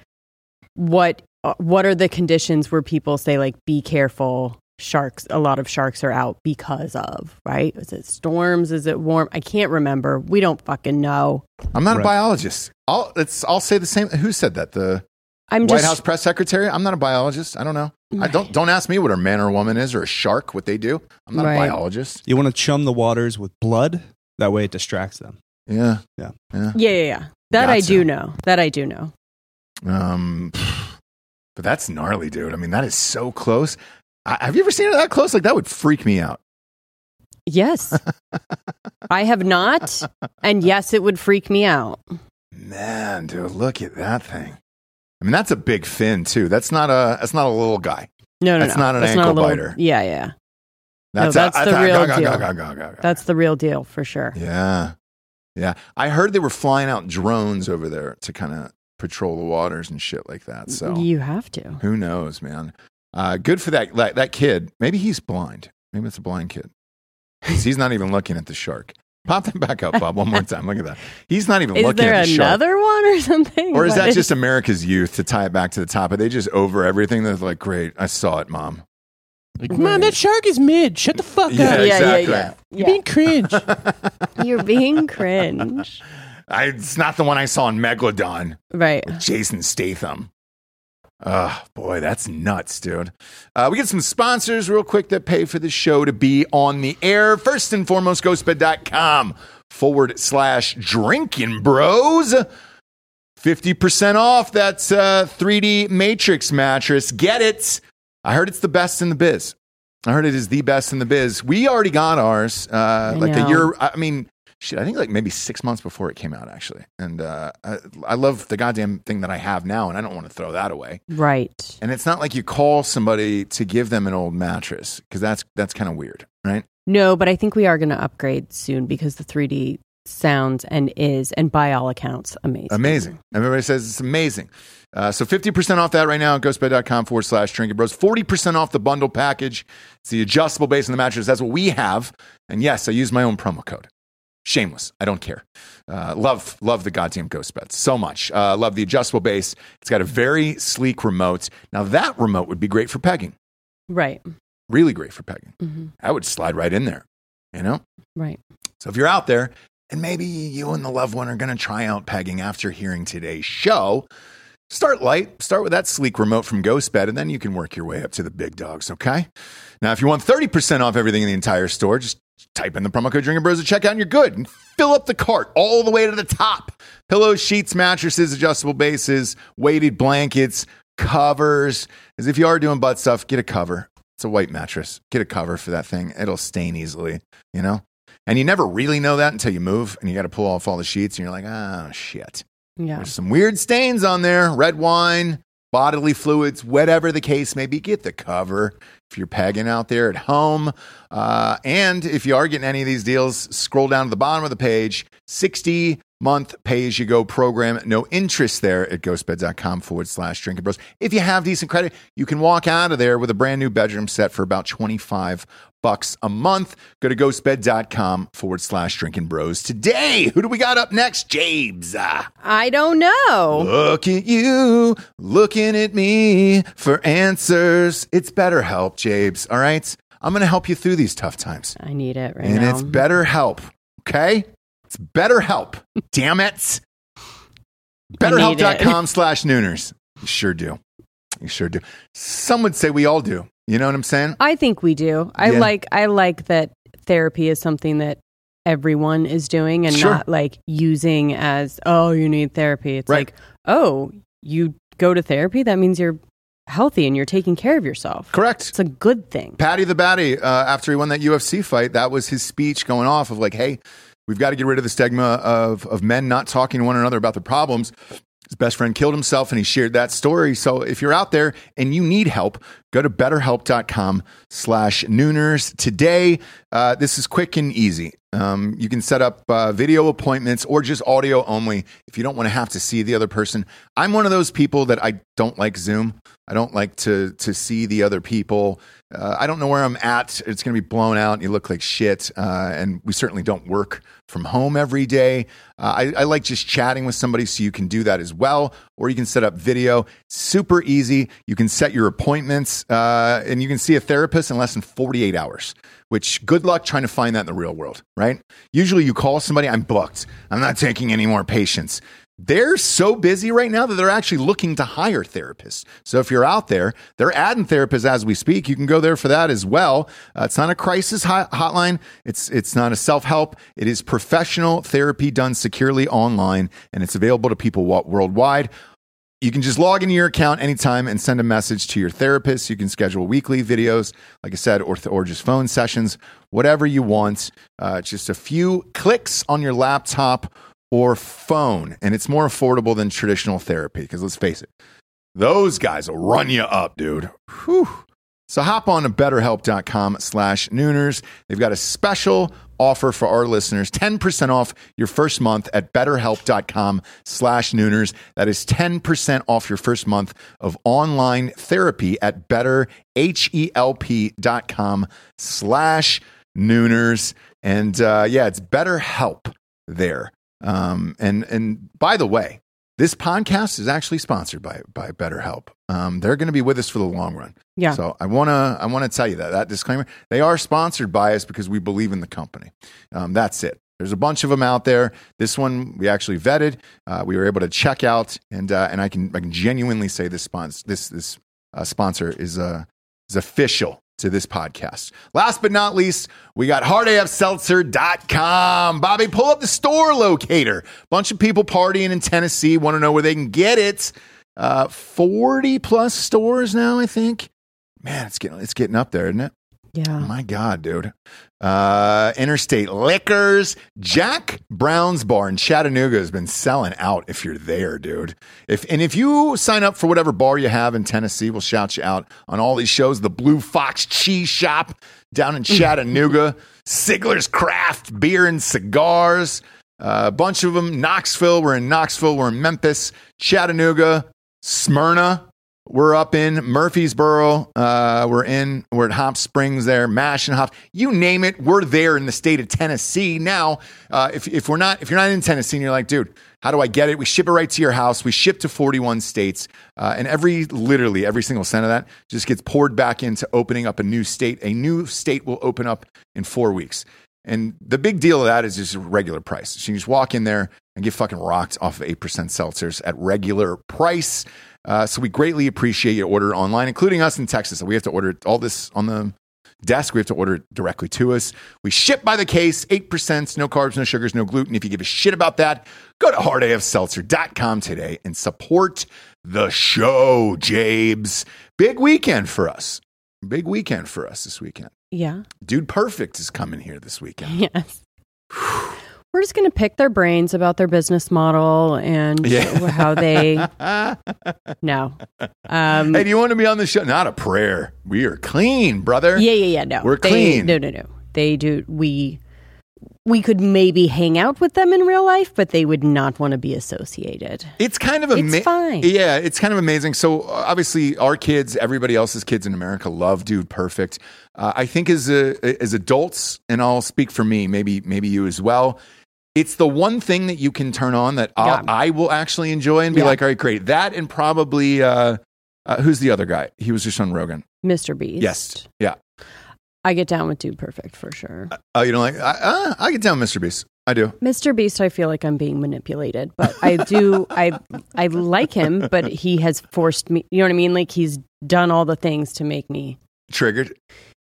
what uh, what are the conditions where people say like be careful sharks a lot of sharks are out because of right is it storms is it warm i can't remember we don't fucking know
I'm not a
Right.
biologist. I'll, it's, I'll say the same. Who said that? The
i'm
White
just
House press secretary? I'm not a biologist. I don't know. I don't, don't ask me what a man or a woman is or a shark, what they do. I'm not
Right.
a biologist.
You want to chum the waters with blood. That way it distracts them.
Yeah.
Yeah.
Yeah.
yeah yeah yeah that i
Gotcha.
do know that i do know
Um, but that's gnarly, dude. I mean, that is so close. I, have you ever seen it that close? Like, that would freak me out. [laughs]
yes i have not and yes it would freak me out
Man, dude, look at that thing. I mean, that's a big fin too. That's not a that's not a little guy.
No, no,
That's
no.
not an
a
ankle
little-
biter.
Yeah, yeah.
That's,
No, that's
a,
the
a-
real
gah, gah,
deal.
gah, gah, gah, gah.
That's the real deal for sure.
yeah, yeah. I heard they were flying out drones over there to kind of patrol the waters and shit like that. So
You have to.
who knows, man? Uh, good for that, that that kid. Maybe he's blind. Maybe it's a blind kid. 'Cause He's not even looking at the shark. Pop that back up, Bob,
[laughs]
one more time. Look at that. He's not even
Is
looking
there
at the shark.
another one or something? [laughs]
Or is
What
that just America's youth to tie it back to the top? Are they just over everything? They're like, great, I saw it, mom.
Like, Mom, that shark is mid. Shut the fuck
Yeah,
up.
Yeah, yeah,
exactly.
yeah.
You're being cringe.
yeah. [laughs] You're being cringe.
I, it's not the one I saw in Megalodon
Right.
with Jason Statham. Oh, boy, that's nuts, dude. Uh, we get some sponsors real quick that pay for the show to be on the air. First and foremost, ghostbed.com forward slash drinking bros. 50% off that uh, 3D Matrix mattress. Get it. I heard it's the best in the biz. I heard it is the best in the biz. We already got ours uh,
I
like a
know.
year. I mean, shit, I think like maybe six months before it came out, actually. And uh, I, I love the goddamn thing that I have now, and I don't want to throw that away.
Right.
And it's not like you call somebody to give them an old mattress because that's that's kind of weird, right?
No, but I think we are going to upgrade soon because the 3D sounds and is, and by all accounts, amazing.
Amazing. Everybody says it's amazing. Uh, so 50% off that right now at ghostbed.com forward slash trinket bros. 40% off the bundle package. It's the adjustable base and the mattress. That's what we have. And yes, I use my own promo code. Shameless. I don't care. Uh, love, love the goddamn ghost bed so much. Uh, love the adjustable base. It's got a very sleek remote. Now, that remote would be great for pegging.
Right.
Really great for pegging.
Mhm.
I would slide right in there, you know?
Right.
So if you're out there and maybe you and the loved one are going to try out pegging after hearing today's show, start light. Start with that sleek remote from Ghostbed, and then you can work your way up to the big dogs, okay? Now, if you want 30% off everything in the entire store, just type in the promo code Drinking Bros at checkout and you're good. And fill up the cart all the way to the top. Pillows, sheets, mattresses, adjustable bases, weighted blankets, covers. As if you are doing butt stuff, get a cover. It's a white mattress. Get a cover for that thing. It'll stain easily, you know? And you never really know that until you move and you got to pull off all the sheets and you're like, oh, shit.
Yeah.
There's some weird stains on there red wine, bodily fluids, whatever the case may be. Get the cover if you're pegging out there at home. Uh, and if you are getting any of these deals, scroll down to the bottom of the page 60 month pay as you go program. No interest there at ghostbed.com forward slash drinking bros. If you have decent credit, you can walk out of there with a brand new bedroom set for about 25 bucks a month. Go to ghostbed.com forward slash drinking bros today. Who do we got up next? James. Ah.
I don't know.
Look at you, looking at me for answers. It's BetterHelp, Jabes. All right, I'm going to help you through these tough times,
I need it right
and
now.
it's BetterHelp. Okay, it's
[laughs]
BetterHelp. Damn it!
need it.
BetterHelp.com/slash Nooners. You sure do. You sure do. Some would say we all do. You know what I'm saying?
I think we do. I
Yeah.
like I like that therapy is something that everyone is doing and
Sure.
not like using as oh you need therapy. It's
Right.
like oh you go to therapy that means you're healthy and you're taking care of yourself.
Correct.
It's a good thing.
Patty the Batty, uh, after he won that UFC fight, that was his speech going off of like, hey, we've got to get rid of the stigma of, of men not talking to one another about their problems. His best friend killed himself and he shared that story. So if you're out there and you need help, go to betterhelp.com slash nooners today. Uh, this is quick and easy. Um, you can set up uh, video appointments or just audio only if you don't want to have to see the other person. I'm one of those people that I don't like Zoom. I don't like to to see the other people. Uh, I don't know where I'm at. It's going to be blown out. And you look like shit. Uh, and we certainly don't work from home every day. Uh, I, I like just chatting with somebody, so you can do that as well. Or you can set up video. Super easy. You can set your appointments, uh, and you can see a therapist in less than 48 hours. Which good luck trying to find that in the real world, right? Usually you call somebody, I'm booked. I'm not taking any more patients they're so busy right now that they're actually looking to hire therapists. So if you're out there, they're adding therapists as we speak. You can go there for that as well. Uh, it's not a crisis hot- hotline. It's it's not a self help. It is professional therapy done securely online, and it's available to people wa- worldwide. You can just log into your account anytime and send a message to your therapist. You can schedule weekly videos, like I said, or, or just phone sessions, whatever you want. Uh, it's just a few clicks on your laptop or phone, and it's more affordable than traditional therapy. Because let's face it, those guys will run you up, dude. Whew. So hop on to betterhelp.com slash nooners. They've got a special offer for our listeners, 10% off your first month at betterhelp.com slash nooners. That is 10% off your first month of online therapy at betterhelp.com slash nooners. And uh, yeah, it's betterhelp there. Um, and, and by the way, this podcast is actually sponsored by, by BetterHelp. Um, they're going to be with us for the long run.
Yeah.
So I want to I want to tell you that that disclaimer. They are sponsored by us because we believe in the company. Um, that's it. There's a bunch of them out there. This one we actually vetted. Uh, we were able to check out, and uh, and I can I can genuinely say this sponsor this this uh, sponsor is uh, is official to this podcast. Last but not least, we got hardafseltzer.com. Bobby, pull up the store locator. Bunch of people partying in Tennessee want to know where they can get it. Uh, 40 plus stores now, I think. Man, it's getting it's getting up there, isn't it?
Yeah.
My God, dude. Uh, Interstate Liquors, Jack Brown's Bar in Chattanooga has been selling out if you're there, dude. If And if you sign up for whatever bar you have in Tennessee, we'll shout you out on all these shows. The Blue Fox Cheese Shop down in Chattanooga, Sigler's Craft Beer and Cigars, uh, a bunch of them. Knoxville, we're in Knoxville, we're in Memphis, Chattanooga, Smyrna. We're up in Murfreesboro. Uh, we're in we're at Hop Springs there, Mash and Hop. You name it, we're there in the state of Tennessee now. Uh, if if we're not if you're not in Tennessee, and you're like, dude, how do I get it? We ship it right to your house. We ship to 41 states, uh, and every literally every single cent of that just gets poured back into opening up a new state. A new state will open up in four weeks. And the big deal of that is just a regular price. So you can just walk in there and get fucking rocked off of 8% seltzers at regular price. Uh, so we greatly appreciate your order online, including us in Texas. So we have to order all this on the desk. We have to order it directly to us. We ship by the case, 8%, no carbs, no sugars, no gluten. If you give a shit about that, go to hardafseltzer.com today and support the show, Jabes. Big weekend for us. Big weekend for us this weekend.
Yeah. [laughs]
Dude Perfect is coming here this weekend.
Yes. We're just going to pick their brains about their business model and
Yeah. [laughs]
how they. no. Um,
Hey, do you want to be on the show? Not a prayer. We are clean, brother.
Yeah, yeah, yeah. No,
We're
They-
clean.
No, no, no. They do. We we could maybe hang out with them in real life, but they would not want to be associated.
It's kind of
It's
amazing.
fine.
Yeah, it's kind of amazing. So uh, obviously, our kids, everybody else's kids in America, love Dude Perfect. Uh, I think as a, as adults, and I'll speak for me, maybe maybe you as well. It's the one thing that you can turn on that I'll,
Yeah.
I will actually enjoy and be
Yeah.
like, all right, great. That and probably uh, uh, who's the other guy? He was just on Rogan.
Mr. Beast.
Yes, yeah.
I get down with Dude Perfect for sure.
Oh, you don't like? I, uh, I get down, with Mr. Beast. I do.
Mr. Beast, I feel like I'm being manipulated, but I do. [laughs] I I like him, but he has forced me. You know what I mean? Like he's done all the things to make me
Triggered.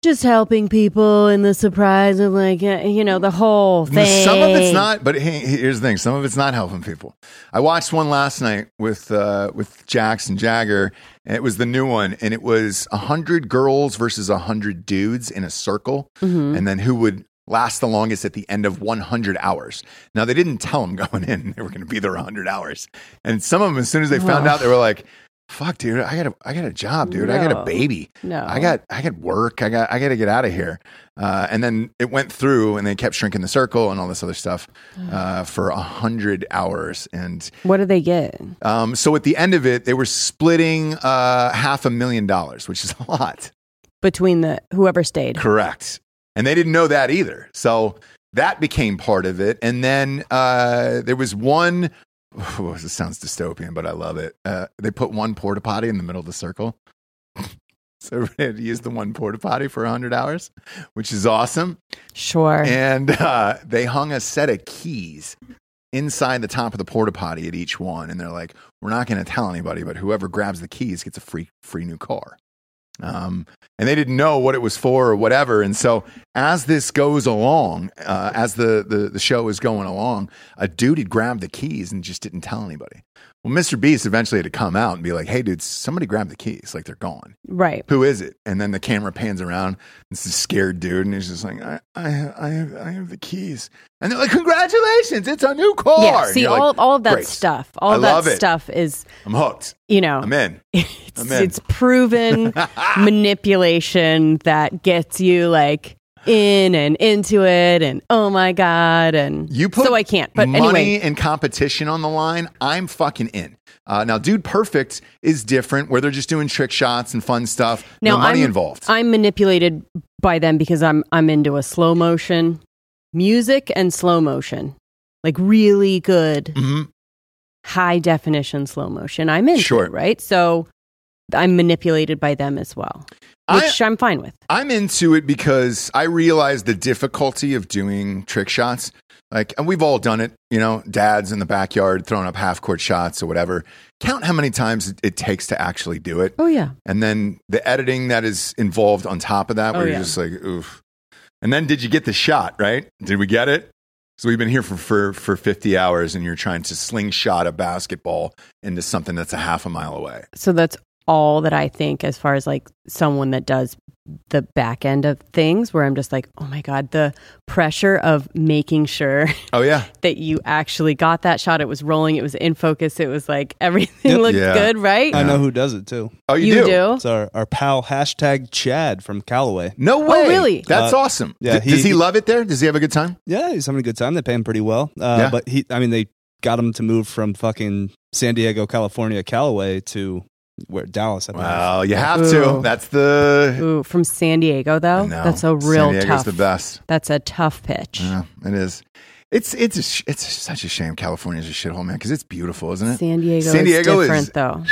just helping people and the surprise of like uh, you know the whole
No,
thing.
Some of it's not, but he- he- here's the thing: some of it's not helping people. I watched one last night with uh, with Jackson Jagger, and it was the new one, and it was hundred girls versus hundred dudes in a circle,
Mm-hmm.
and then who would last the longest at the end of 100 hours. Now they didn't tell them [laughs] going in they were going to be there 100 hours, and some of them, as soon as they found out, they were like. Fuck, dude! I got a I got a job, dude. I got a
No.
baby.
No.
I got I got work. I got I got to get out of here. Uh, and then it went through, and they kept shrinking the circle and all this other stuff uh, for a hundred hours. And
What do they get?
um, so at the end of it, they were splitting uh, half a million dollars, which is a lot.
between the whoever stayed.
Correct. And they didn't know that either. So that became part of it. And then uh, there was one. [sighs] oh, this sounds dystopian, but I love it. Uh, they put one porta potty in the middle of the circle. [laughs] so everybody had to use the one porta potty for 100 hours, which is awesome.
Sure.
And uh, they hung a set of keys inside the top of the porta potty at each one. And they're like, we're not going to tell anybody, but whoever grabs the keys gets a free, free new car. Um, and they didn't know what it was for or whatever. And so as this goes along, uh, as the, the, the show is going along, a dude had grabbed the keys and just didn't tell anybody. Well, Mr. Beast eventually had to come out and be like, hey, dude, somebody grabbed the keys. Like, they're gone.
Right.
Who is it? And then the camera pans around. It's this scared dude, and he's just like, I, I, have, I, have, I have the keys. And they're like, congratulations, it's a new car.
Yeah.
And
See,
you're like,
all, all of that
"Great.
stuff, all
I
that
love it.
stuff is,
I'm hooked.
you know,
I'm in.
[laughs] it's,
I'm in.
it's
[laughs]
proven manipulation that gets you like in and into it and oh my God. And
You put
so I can't. But
money
anyway,
and competition on the line. I'm fucking in. Uh, now, dude, perfect is different, where they're just doing trick shots and fun stuff.
now
no money
I'm,
involved.
I'm manipulated by them because I'm, I'm into a slow motion music and slow motion, like really good
Mhm.
high definition slow motion I'm into,
Sure.
right? So I'm manipulated by them as well,
I-
which I, am fine with.
I'm into it because I realize the difficulty of doing trick shots. Like, and we've all done it, you know, dads in the backyard throwing up half court shots or whatever. Count how many times it- it takes to actually do it.
Oh yeah,
And then the editing that is involved on top of that, where
Oh,
you're
yeah.
just like, oof. And then did you get the shot, right? Did we get it? So we've been here for, for, for 50 hours and you're trying to slingshot a basketball into something that's a half a mile away.
so that's all that I think as far as like someone that does the back end of things, where I'm just like, oh my god, the pressure of making sure [laughs]
Oh, yeah.
that you actually got that shot. It was rolling, it was in focus, it was like [laughs] everything
Yep.
looked
Yeah.
good, right?
I know who does it too.
Oh, you,
you
do?
do.
It's our, our pal hashtag Chad from Callaway.
No way.
Oh, really?
That's
Uh,
awesome.
yeah,
Th- does
he-
he love it there? Does he have a good time?
Yeah, he's having a good time. They pay him pretty well. Uh,
Yeah.
But he, I mean, they got him to move from fucking San Diego, California, Callaway to where Dallas. I believe.
Well, you have to.
Ooh.
That's the.
Ooh, from San Diego though,
No,
that's a
San
real
Diego's
tough.
the best.
That's a tough pitch.
Yeah, it is. It's it's a sh- it's such a shame California's a shithole, man. Because it's beautiful, isn't it?
San Diego,
San Diego
is different
is-
though.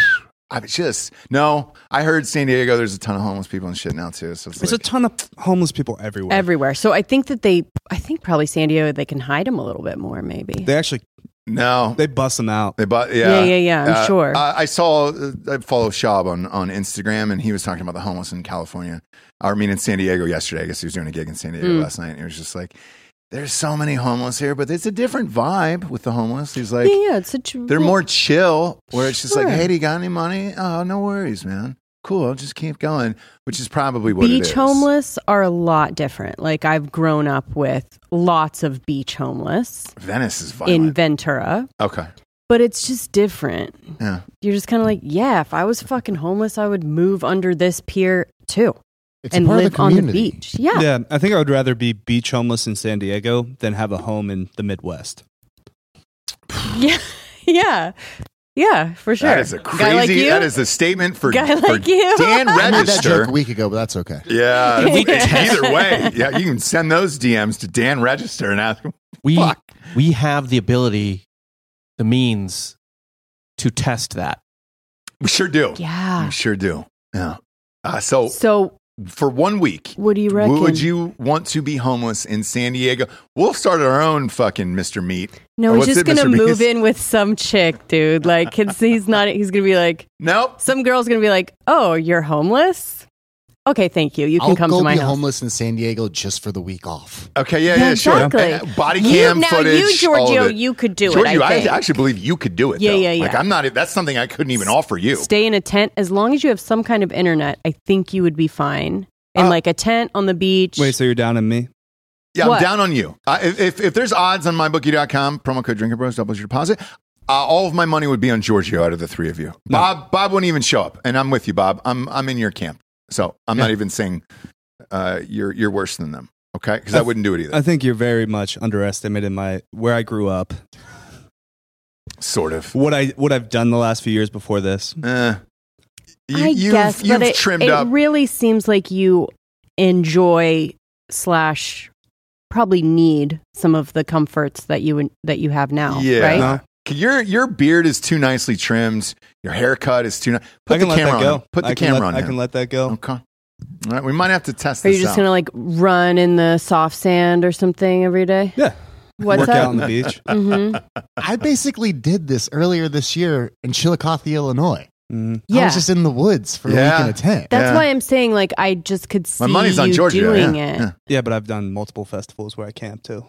I was just no. I heard San Diego. There's a ton of homeless people and shit now too. So it's
There's
like,
a ton of homeless people everywhere.
everywhere. So I think that they, I think probably San Diego, they can hide them a little bit more, maybe.
they actually
no.
they bust them out.
They bought, yeah,
Yeah, yeah, yeah, I'm
Uh,
sure.
I, I saw, uh, I follow Shab on, on Instagram, and he was talking about the homeless in California. I mean, in San Diego yesterday. I guess he was doing a gig in San Diego
Mm.
last night, and he was just like, "There's so many homeless here, but it's a different vibe with the homeless." He's like,
yeah, yeah, it's such.
"They're more chill." Where it's just like,
Sure.
"Hey, do you got any money? Oh, no worries, man. Cool, I'll just keep going," which is probably what it
beach
is.
homeless are a lot different. Like I've grown up with lots of beach homeless
Venice is
in
violent.
Ventura,
okay,
but it's just different.
yeah,
You're just kind of like, yeah, if I was fucking homeless, I would move under this pier too
It's
and
part of
live
the
on the
community.
beach. Yeah.
Yeah, I think I would rather be beach homeless in San Diego than have a home in the Midwest.
Yeah. [laughs] Yeah. Yeah, for sure.
that is a
Guy
crazy.
like you?
that is a statement for,
Guy
for
like you? [laughs]
Dan
I made that
Register.
joke a week ago, but that's okay.
Yeah, it's- it's
Yeah.
either way. Yeah,
[laughs]
you can send those DMs to Dan Register and ask him.
We
Fuck.
we have the ability, the means, to test that.
We sure do.
yeah.
We sure do. Yeah. Uh, so
So,
for one week,
what do you reckon?
w- would you want to be homeless in San Diego? We'll start our own fucking Mr. Meat.
No,
Or
he's
what's
just
it,
gonna
Mr. Beast?
move in with some chick, dude. Like it's, he's not. He's gonna be like,
Nope.
some girl's gonna be like, "Oh, you're homeless? Okay, thank you. You can
I'll
come
go
to my
be
house."
homeless in San Diego just for the week off.
Okay. Yeah.
Yeah,
Yeah. sure.
exactly.
Uh, Body cam
you, now
footage.
you,
all
Giorgio,
of it.
you could do
Giorgio,
it. I
I,
think.
actually believe you could do it.
Yeah,
though.
yeah,
Like
yeah.
I'm not. That's something I couldn't even offer you.
Stay in a tent as long as you have some kind of internet. I think you would be fine. In
Uh,
like a tent on the beach.
Wait, so you're down on me?
Yeah,
What?
I'm down on you. Uh, if, if, if there's odds on mybookie.com, promo code Drinker Bros doubles your deposit. Uh, all of my money would be on Giorgio out of the three of you. Bob Bob wouldn't even show up, and I'm with you, Bob. I'm I'm in your camp, so I'm not even saying uh, you're you're worse than them. Okay, because I
That's-
wouldn't do it either.
I think you're very much underestimated my where I grew up,
sort of.
what I what I've done the last few years before this.
Eh. you,
I
you've,
guess,
you've
but it,
trimmed
it
up.
really seems like you enjoy slash probably need some of the comforts that you that you have now.
Yeah.
right?
No,
Your your beard is too nicely trimmed. Your haircut is too. Ni-
I
Put the
can let
camera
that
on.
go.
him. Put the
I can
camera
let-
on.
I
him.
can let that go.
Okay. All right, we might have to test
Are
this
you just
out.
gonna like run in the soft sand or something every day?
Yeah.
What's
Work out
up?
on the beach.
[laughs]
hmm
I basically did this earlier this year in Chillicothe, Illinois.
Mhm.
I
Yeah.
was just in the woods for
Yeah.
a week in a tent.
That's
Yeah.
why I'm saying like I just could see
My money's on
you
Georgia.
doing
yeah.
it
Yeah.
Yeah, but I've done multiple festivals where I camp too.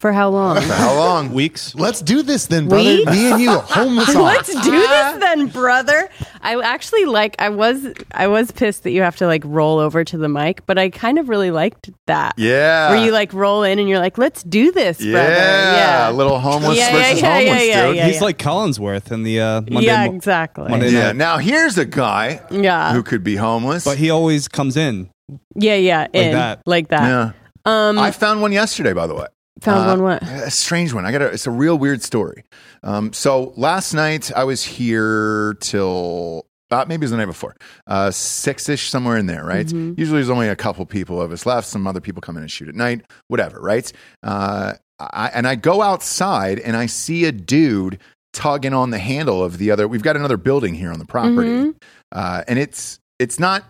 for how long? [laughs]
For how long?
Weeks.
Let's do this then, brother.
Weeks?
Me and you, homeless. on.
Let's do this then, brother. I actually like I was I was pissed that you have to like roll over to the mic, but I kind of really liked that.
Yeah.
Where you like roll in and you're like, "Let's do this,
yeah.
brother." Yeah.
A little homeless
Yeah, yeah,
versus
yeah, yeah,
homeless,
yeah,
dude.
yeah.
He's like Collinsworth in the uh, Monday.
yeah, Uh,
Mo-
exactly.
Monday
Yeah.
night.
Now here's a guy
Yeah.
who could be homeless.
But he always comes in.
yeah, yeah, in,
that.
Like that.
yeah.
Um
I found one yesterday, by the way.
found
uh,
one what?
A strange one. I got a, it's a real weird story. Um, so last night I was here till uh, maybe it was the night before, uh, six ish somewhere in there, right?
Mm-hmm.
Usually there's only a couple people of us left. Some other people come in and shoot at night, whatever, right? Uh, I, and I go outside and I see a dude tugging on the handle of the other. We've got another building here on the property,
Mhm.
uh, and it's it's not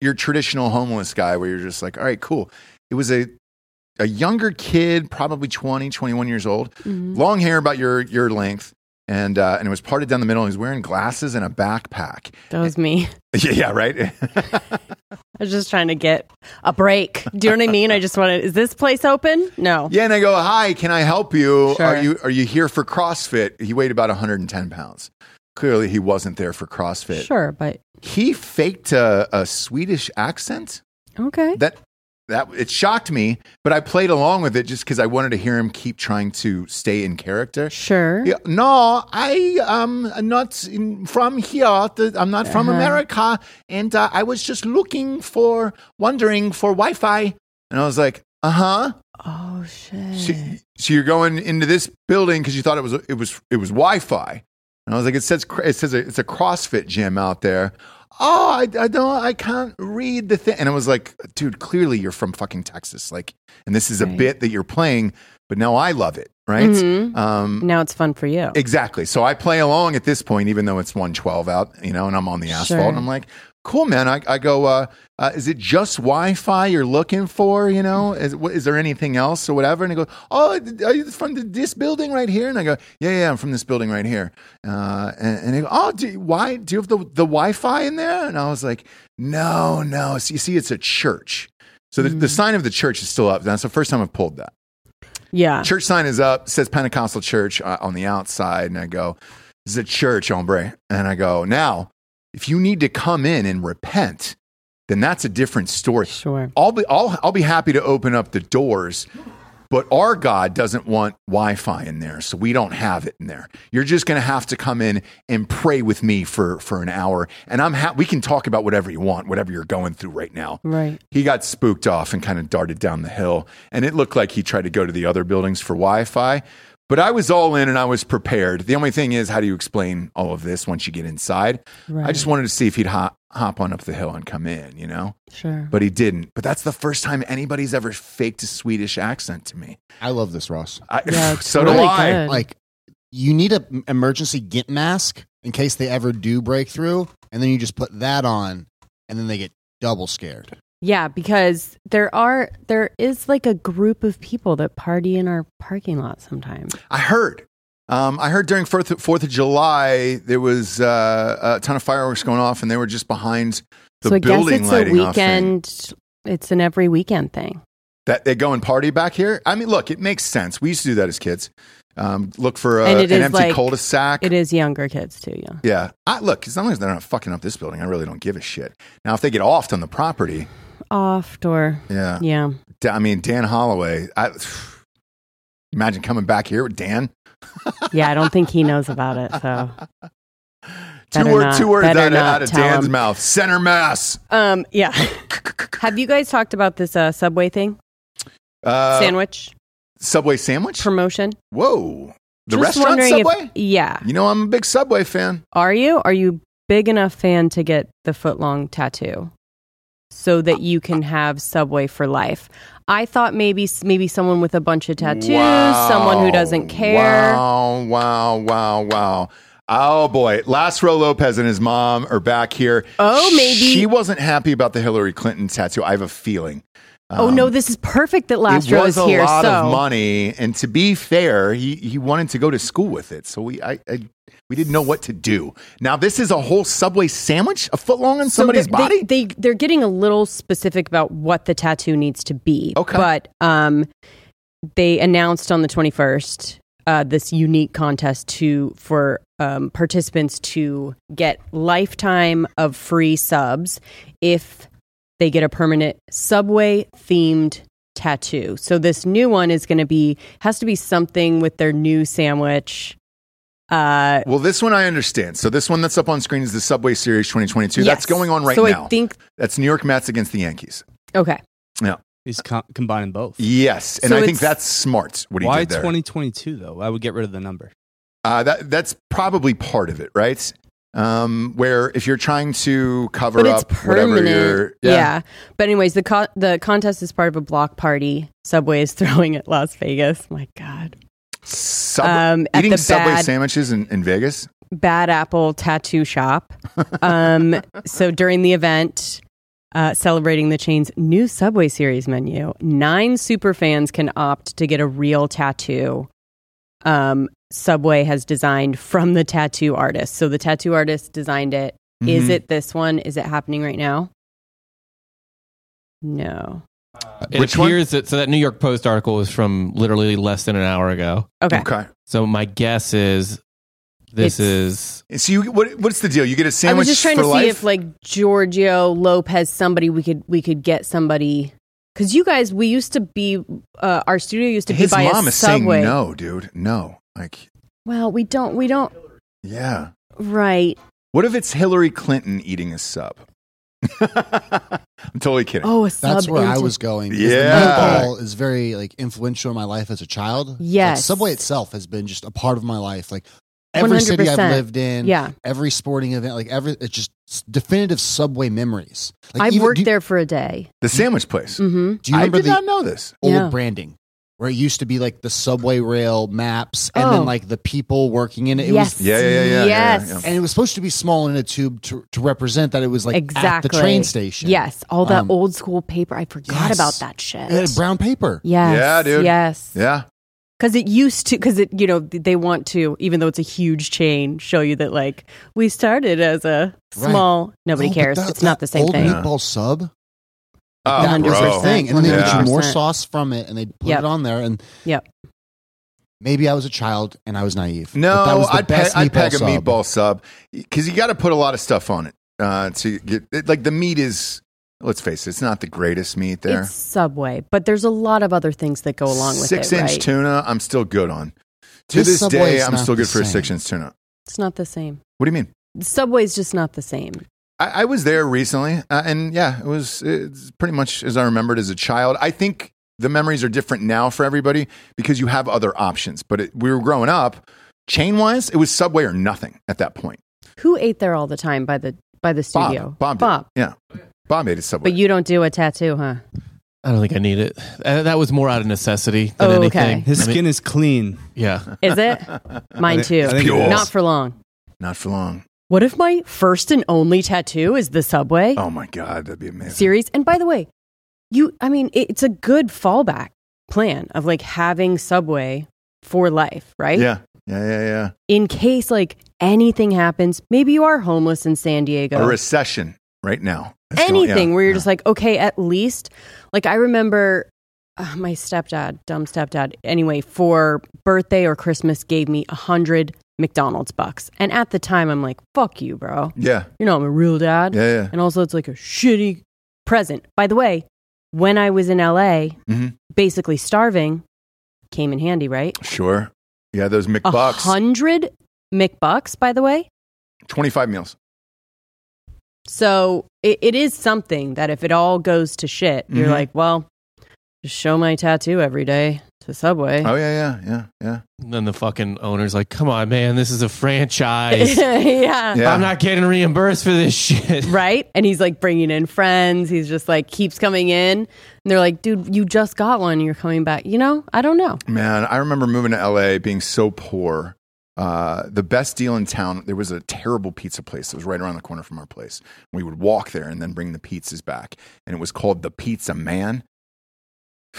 your traditional homeless guy where you're just like, all right, cool. It was a a younger kid, probably 20, 21 years old,
Mhm.
long hair about your your length, and uh, and it was parted down the middle. And he was wearing glasses and a backpack. [laughs]
That was me.
yeah, yeah, right.
I was just trying to get a break. Do you know what I mean? I just wanted is this place open? No.
[laughs] yeah, and I go, hi, can I help you?
Oh. Sure.
Are you are you here for CrossFit? He weighed about 110 pounds. Clearly, he wasn't there for CrossFit.
Sure, but
He faked a, a Swedish accent.
okay.
that that it shocked me, but I played along with it just because I wanted to hear him keep trying to stay in character.
Sure.
Yeah, no, I am not in, from here. The- I'm not from
Uh-huh.
America, and uh, I was just looking for, wondering for Wi-Fi, and I was like, uh huh.
Oh shit.
So, so you're going into this building because you thought it was it was it was Wi-Fi, and I was like, it says cr- it says a, it's a CrossFit gym out there. Oh, I, I don't, I can't read the thing, and I was like, dude, clearly you're from fucking Texas, like, and this is a
Right.
bit that you're playing, but now I love it, right?
Mhm.
Um,
now it's fun for you.
Exactly. So I play along at this point, even though it's 112 out, you know, and I'm on the asphalt.
Sure.
And I'm like, cool, man. I, I go, uh, uh, is it just Wi Fi you're looking for? You know, is, wh- is there anything else or whatever? And he goes, oh, th- are you from th- this building right here? And I go, yeah, yeah, I'm from this building right here. Uh, and, and they go, oh, do, you- why? Do you have the, the Wi Fi in there? And I was like, no, no. So you see, it's a church. So the, the sign of the church is still up. That's the first time I've pulled that
yeah.
church sign is up says pentecostal church uh, on the outside and i go this is a church hombre and i go now if you need to come in and repent then that's a different story
Sure.
i'll be i'll, I'll be happy to open up the doors but our God doesn't want Wi Fi in there, so we don't have it in there. You're just going to have to come in and pray with me for, for an hour. And I'm ha- we can talk about whatever you want, whatever you're going through right now
Right.
he got spooked off and kind of darted down the hill. And it looked like he tried to go to the other buildings for Wi Fi. But I was all in and I was prepared. The only thing is, how do you explain all of this once you get inside? I
Right.
just wanted to see if he'd hop, hop on up the hill and come in, you know?
Sure.
But he didn't. But that's the first time anybody's ever faked a Swedish accent to me.
I love this, Ross.
I, [laughs]
Yeah, it's
so do
really
I.
good.
Like, you need an emergency gimp mask in case they ever do break through, and then you just put that on, and then they get double scared.
Yeah, because there are there is like a group of people that party in our parking lot sometimes.
I heard. Um, I heard during Fourth Fourth of July there was uh, a ton of fireworks going off, and they were just behind the
so I guess
building
it's a
lighting off thing.
weekend. It's an every weekend thing.
that they go and party back here. I mean, look, it makes sense. We used to do that as kids. Um, look for a,
And
an
it is
empty
like-
cul-de-sac.
It is younger kids too. Yeah.
Yeah. I, look, as long as they're not fucking up this building, I really don't give a shit. Now, if they get offed on the property,
Off door.
yeah.
Yeah.
Da- I mean, Dan Holloway. I, imagine coming back here with Dan.
Yeah. I don't think he knows about it.
[laughs]
So.
Two,
Better
word,
not.
two words
Better
out, of-
not
out of
tell
Dan's
him.
mouth. Center mass.
Um. Yeah. [laughs] Have you guys talked about this uh, subway thing?
Uh,
Sandwich
Subway sandwich.
promotion.
Whoa. The
Just
restaurant
wondering if-
Subway?
yeah.
you know, I'm a big Subway fan.
Are you? Are you big enough fan to get the footlong tattoo so that you can have Subway for life? I thought maybe maybe someone with a bunch of tattoos, someone who doesn't care.
Wow, wow, wow, wow. Oh boy, Lázaro Lopez and his mom are back here.
Oh, maybe-
She wasn't happy about the Hillary Clinton tattoo. I have a feeling.
oh
Um,
no, this is perfect that
it
Lastro
was
is
a
here.
lot
so
of money, and to be fair, he, he wanted to go to school with it, so we I, I we didn't know what to do. Now this is a whole Subway sandwich, a foot long on
So
somebody's
they-
body.
They, they they're getting a little specific about what the tattoo needs to be.
Okay.
but um, they announced on the twenty first uh, this unique contest to for um, participants to get lifetime of free subs if they get a permanent subway themed tattoo. So this new one is going to be has to be something with their new sandwich. Uh,
well, this one I understand. So this one that's up on screen is the Subway Series 2022. That's
yes.
going on right
so
now.
I think
that's New York Mets against the Yankees.
okay.
He's co- combining both.
Yes, and
So
I think
it's-
that's smart. What he
Why
did there.
2022 though? I would get rid of the number.
Uh, that that's probably part of it, right? Um, where if you're trying to cover
but
up
it's
whatever
permanent.
you're,
yeah. But anyways, the co- the contest is part of a block party Subway is [laughs] throwing at Las Vegas. My God,
Sub-
Um, at
eating
the
Subway
bad-
sandwiches in, in Vegas.
Bad Apple
[laughs]
Tattoo Shop. Um, so during the event. Uh, celebrating the chain's new Subway Series menu, nine super fans can opt to get a real tattoo. Um, Subway has designed from the tattoo artist, so the tattoo artist designed it. Is
Mhm.
it this one? Is it happening right now? No.
Uh, It
Which one?
appears that so that New York Post article was from literally less than an hour ago.
Okay.
So my guess is this
It's-
is
And So you, what, what's the deal? You get a
I
sandwich
was just trying
for
to see
life.
if like Giorgio Lopez, somebody we could we could get somebody because you guys we used to be uh, our studio used to
His
be by
mom
a
is
subway.
saying no, dude. No, like
Well, we don't we don't
yeah.
right.
What if it's Hillary Clinton eating a sub? [laughs] I'm totally kidding.
Oh, a
That's
sub
where I
into-
was going. because
Yeah.
the meatball is very like influential in my life as a child. Like,
Yes.
Subway itself has been just a part of my life. Like every city I've
100%.
lived in,
Yeah,
every sporting event, like every it's just s- definitive Subway memories. Like,
I've
even-
worked
do,
there for a day.
the sandwich place.
hmm
Do you
I
remember
did
the
not know this.
old
Yeah.
branding where it used to be like the subway rail maps and then
Oh.
like the people working in it? It
yes.
was
Yeah, yeah, yeah, yeah, yeah,
Yes.
yeah.
and it was supposed to be small in a tube to, to represent that it was like at
exactly.
the train station.
Yes. All that
Um,
old school paper. I forgot
yes.
about that shit.
And it had brown paper.
Yes.
Yeah, dude.
Yes.
Yeah.
Because it used to, because it, you know, th- they want to, even though it's a huge chain, show you that like we started as a
Right.
small, nobody
No, Oh, but
cares.
that-
it's not the
that
same
old
thing.
meatball sub.
Oh,
that was their
bro.
100%.
thing, and then they would
Yeah.
get you more
100%.
sauce from it, and they'd put
Yep.
it on there. And
Yep.
maybe I was a child and I was naive. but
No,
that was the
I'd,
best
pe- I'd
meatball
peg a
sub.
meatball sub because you got to put a lot of stuff on it uh, to get it, like the meat is. Let's face it, it's not the greatest meat there.
It's Subway, but there's a lot of other things that go along with
six
it.
inch
right?
tuna, I'm still good on. To
This
this,
Subway
day,
is
I'm
not
still
the
good for a
same.
six inch tuna.
It's not the same.
What do you mean?
Subway's just not the same.
I, I was there recently, uh, and yeah, it was it's pretty much as I remembered as a child. I think the memories are different now for everybody because you have other options. But it, we were growing up, chain wise, it was Subway or nothing at that point.
Who ate there all the time by the by the studio?
Bob, Bob, did. yeah, Bob ate at Subway.
But you don't do a tattoo, huh?
I don't think I need it. Uh, that was more out of necessity than
Oh, okay.
anything.
His
I mean,
skin is clean.
yeah.
[laughs]
Is it? Mine
I think-
too.
I think
it is.
Not for long.
Not for long.
What if my first and only tattoo is the Subway?
Oh my god, that'd be amazing.
series. And by the way, you, I mean, it, it's a good fallback plan of like having Subway for life, right?
Yeah, yeah, yeah, yeah.
In case like anything happens, maybe you are homeless in San Diego.
A recession right now. That's going-
anything
yeah,
where you're
yeah.
just like, okay, at least, like I remember uh, my stepdad, dumb stepdad, anyway, for birthday or Christmas gave me a hundred McDonald's bucks. And at the time, I'm like, fuck you, bro.
yeah,
You know, I'm a real dad.
yeah, yeah.
And also, it's like a shitty present. By the way, when I was in LA,
Mhm.
basically starving, came in handy, right?
Sure. Yeah, those
A
McBucks,
hundred McBucks, by the way.
twenty-five meals.
So it, it is something that if it all goes to shit, you're
Mhm.
like, well, just show my tattoo every day to Subway.
Oh yeah, yeah, yeah,
And then the fucking owner's like, "Come on, man, this is a
[laughs] [laughs]
franchise.
yeah.
yeah.
I'm not getting reimbursed for this shit."
Right? And he's like bringing in friends. He's just like keeps coming in. And they're like, dude, you just got one. You're coming back. You know, I don't know.
Man, I remember moving to LA being so poor. Uh, the best deal in town, there was a terrible pizza place that was right around the corner from our place. We would walk there and then bring the pizzas back. And it was called The Pizza Man. [sighs]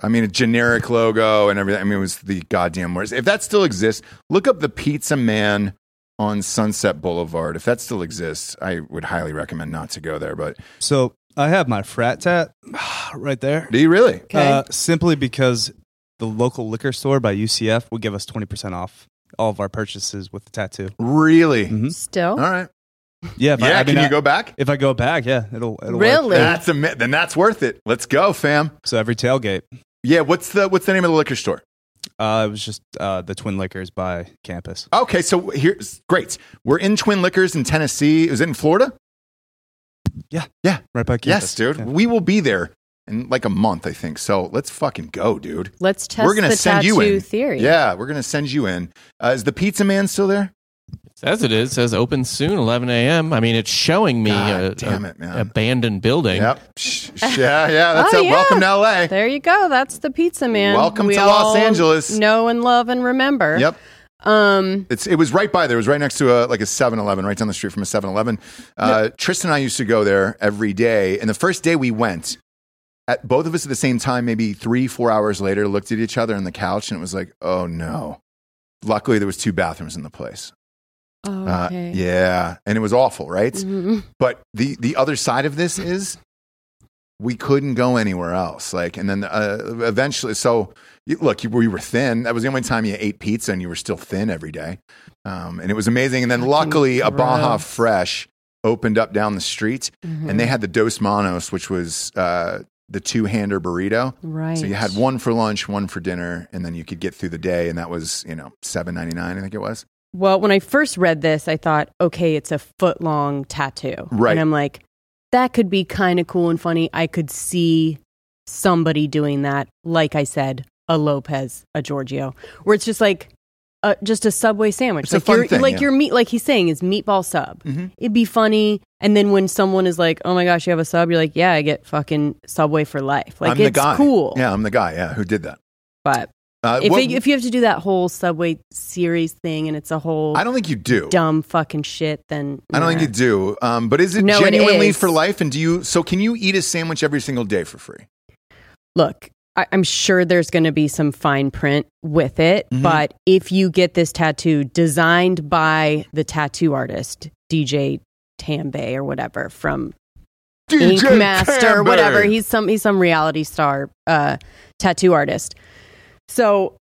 I mean, a generic logo and everything. I mean, it was the goddamn worst. If that still exists, look up the Pizza Man on Sunset Boulevard. If that still exists, I would highly recommend not to go there. But
So I have my frat tat [sighs] right there.
do you really?
Okay.
Uh, simply because the local liquor store by UCF will give us 20% off all of our purchases with the tattoo.
Really?
Still,
All right.
Yeah. Mm-hmm. If I-
Yeah.
I mean,
can you
I-
go back?
If I go back, yeah, it'll, it'll work.
really?
That's a mi- then that's worth it. Let's go, fam.
So every tailgate,
Yeah. What's the what's the name of the liquor store?
uh, it was just uh, the Twin Liquors by campus.
Okay, so here's great. We're in Twin Liquors in Tennessee. Is it in Florida?
Right by
Yes,
campus.
dude.
Yeah.
We will be there in like a month, I think. So let's fucking go, dude.
Let's test
we're gonna
the
send
tattoo
you in.
theory.
Yeah, we're gonna send you in. Uh, is the pizza man still there?
[laughs] Says it is. Says open soon, 11 a.m. I mean, it's showing me
God
a,
damn
a
it, man.
abandoned building.
Yep. Sh- sh- yeah, yeah. That's
Oh,
it.
yeah.
Welcome to LA.
There you go. That's the pizza man.
Welcome
we
to Los
all
Angeles.
Know and love and remember.
Yep.
Um.
It's it was right by there. It was right next to a like a 7-Eleven, right down the street from a 7-Eleven. Uh, Tristan and I used to go there every day. And the first day we went, at both of us at the same time, maybe three, four hours later, looked at each other on the couch, and it was like, oh no. Luckily, there was two bathrooms in the place. Uh,
Okay.
yeah, and it was awful, right?
Mhm.
But the the other side of this is we couldn't go anywhere else. Like, and then uh, eventually, so you, look, you, we were thin. That was the only time you ate pizza, and you were still thin every day. Um, and it was amazing. And then
Fucking
luckily, a Baja
gross.
Fresh opened up down the street,
Mm-hmm.
and they had the Dos Manos, which was uh, the two hander burrito.
Right.
So you had one for lunch, one for dinner, and then you could get through the day, and that was you know seven ninety nine, I think it was.
Well, when I first read this, I thought, okay, it's a foot long tattoo.
Right.
And I'm like, that could be kind of cool and funny. I could see somebody doing that. Like I said, a Lopez, a Giorgio, where it's just like, uh, just a subway
It's
sandwich.
a
like
fun
your,
thing,
like
yeah.
your meat, like he's saying, is meatball sub.
Mhm.
It'd be funny. And then when someone is like, "Oh my gosh, you have a sub," you're like, "Yeah, I get fucking Subway for life." Like
I'm
it's
the guy.
cool.
Yeah, I'm the guy. Yeah, who did that?
But
Uh,
if
what-
it, if you have to do that whole Subway series thing and it's a whole
I don't think you do.
dumb fucking shit, then
I don't think you do. Um, but is it
No, it
genuinely
is.
for life? And do you? So can you eat a sandwich every single day for free?
look. I, I'm sure there's going to be some fine print with it,
Mhm.
but if you get this tattoo designed by the tattoo artist DJ Tambay or whatever from Ink Master, whatever he's some he's some reality star uh, tattoo artist. So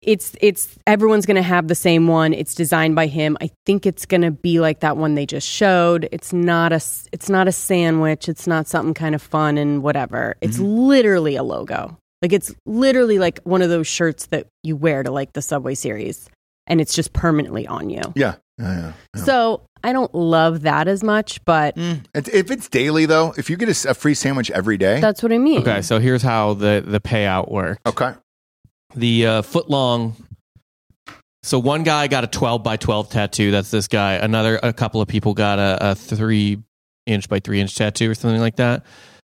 it's it's everyone's gonna have the same one. It's designed by him. I think it's gonna be like that one they just showed. It's not a s- it's not a sandwich. It's not something kind of fun and whatever. It's literally a logo. Like it's literally like one of those shirts that you wear to like the Subway series, and it's just permanently on you.
Yeah. yeah, yeah.
So I don't love that as much, but
Mm. It's- If it's daily though, if you get a s- a, free sandwich every day,
that's what I mean.
Okay, so here's how the the payout worked.
okay.
The uh, foot long. So one guy got a 12 by 12 tattoo. That's this guy. Another, a couple of people got a, a three inch by three inch tattoo or something like that.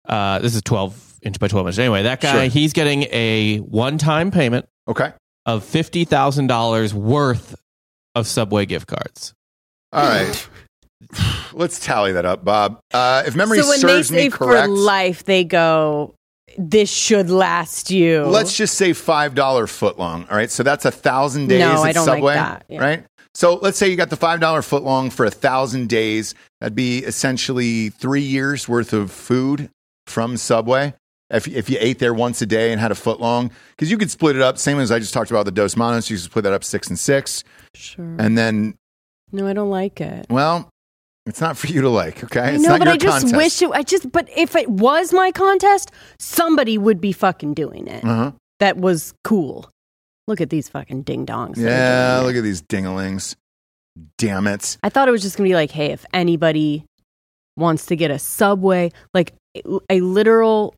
Uh, this is 12 inch by 12 inch. Anyway, that guy,
Sure.
he's getting a one time payment
Okay.
of fifty thousand dollars worth of Subway gift cards.
All
[laughs]
right. Let's tally that up, Bob. Uh, if memory
so when
serves
they say
me correct,
for life, they go, "This should last you."
let's just say five dollar foot long. All right. So that's a thousand days
No,
at
I don't like
Subway.
that. Yeah.
Right? So let's say you got the five dollar foot long for a thousand days. That'd be essentially three years worth of food from Subway. If, if you ate there once a day and had a foot long, because you could split it up, same as I just talked about the Dos Manos, you could split that up six and six.
sure.
And then,
no, I don't like it.
well, it's not for you to like, okay?
I
it's
know,
not
but
your
I just
contest.
wish it. I just, but if it was my contest, somebody would be fucking doing it.
Uh-huh.
That was cool. Look at these fucking ding dongs.
Yeah, look at these dingalings. Damn it.
I thought it was just gonna be like, hey, if anybody wants to get a subway, like a- a literal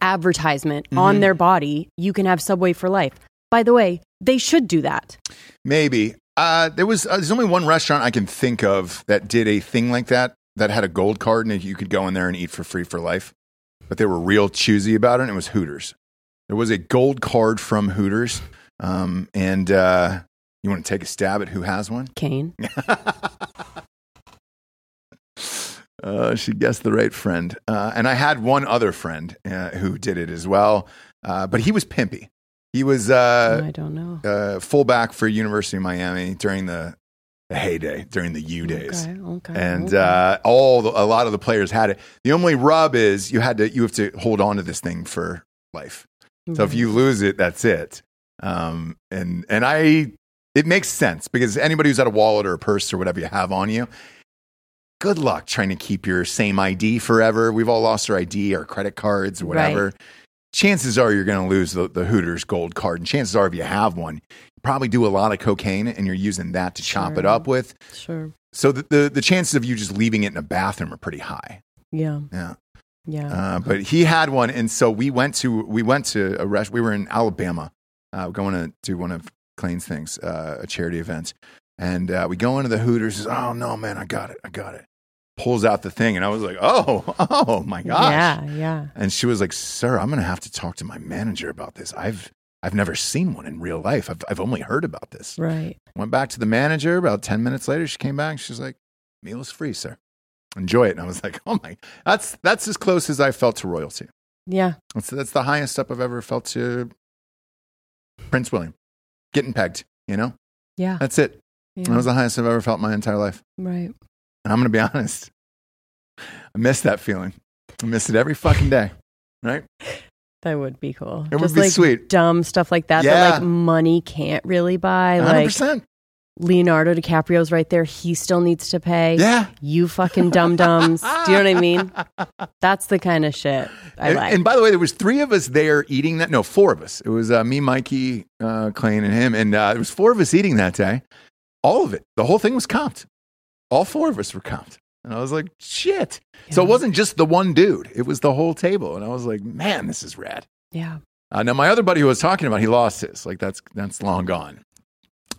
advertisement on
Mhm.
their body, you can have Subway for life. By the way, they should do that.
Maybe. Uh, there was uh, there's only one restaurant I can think of that did a thing like that that had a gold card and you could go in there and eat for free for life. But they were real choosy about it. and It was Hooters. There was a gold card from Hooters. Um, and uh, you want to take a stab at who has one?
Kane.
Uh, she guessed the right friend. Uh, and I had one other friend uh, who did it as well, uh, but he was pimpy. He was uh,
I don't know.
uh, fullback for University of Miami during the, the heyday, during the U days.
Okay, okay,
And
okay.
uh, all the, a lot of the players had it. The only rub is you had to you have to hold on to this thing for life. So if
Right.
you lose it, that's it. Um, and and I, it makes sense because anybody who's had a wallet or a purse or whatever you have on you, good luck trying to keep your same ID forever. We've all lost our ID, our credit cards, or whatever. Chances are you're going to lose the, the Hooters gold card, and chances are if you have one, you probably do a lot of cocaine, and you're using that to chop it
Sure.
up with.
sure,
So the, the the chances of you just leaving it in a bathroom are pretty high.
yeah,
Yeah.
yeah.
Uh, but he had one, and so we went to we went to a rest. We were in Alabama, uh, going to do one of Clayne's things, uh, a charity event, and uh, we go into the Hooters. Says, "Oh no, man, I got it, I got it." Pulls out the thing, and I was like, "Oh, [laughs] oh my gosh!"
Yeah, yeah.
And she was like, "Sir, I'm going to have to talk to my manager about this. I've I've never seen one in real life. I've I've only heard about this."
Right.
Went back to the manager about 10 minutes later. She came back. She's like, meal is free, sir. Enjoy it. And I was like, [laughs] oh my, that's, that's as close as I felt to royalty.
Yeah.
That's, that's the highest up I've ever felt to Prince William getting pegged, you know?
Yeah.
That's it.
yeah.
That was the highest I've ever felt in my entire life.
right.
And I'm going to be [laughs] honest. I miss that feeling. I miss it every fucking day. Right?
That would be cool.
It would
Just
be
like
sweet.
Dumb stuff like that
Yeah.
that like money can't really buy. Like
100%.
Leonardo DiCaprio's right there. He still needs to pay.
yeah.
You fucking
[laughs]
dum dums. Do you know what I mean? That's the kind of shit I
and,
like.
and by the way, there was three of us there eating that. No, four of us. It was uh, me, Mikey, uh, Clayne, and him. And uh, it was four of us eating that day. All of it. The whole thing was comped. All four of us were comped. And I was like, shit. So it wasn't just the one dude. It was the whole table. And I was like, man, this is rad.
yeah.
Uh, now, my other buddy who I was talking about, he lost his. Like, that's, that's long gone.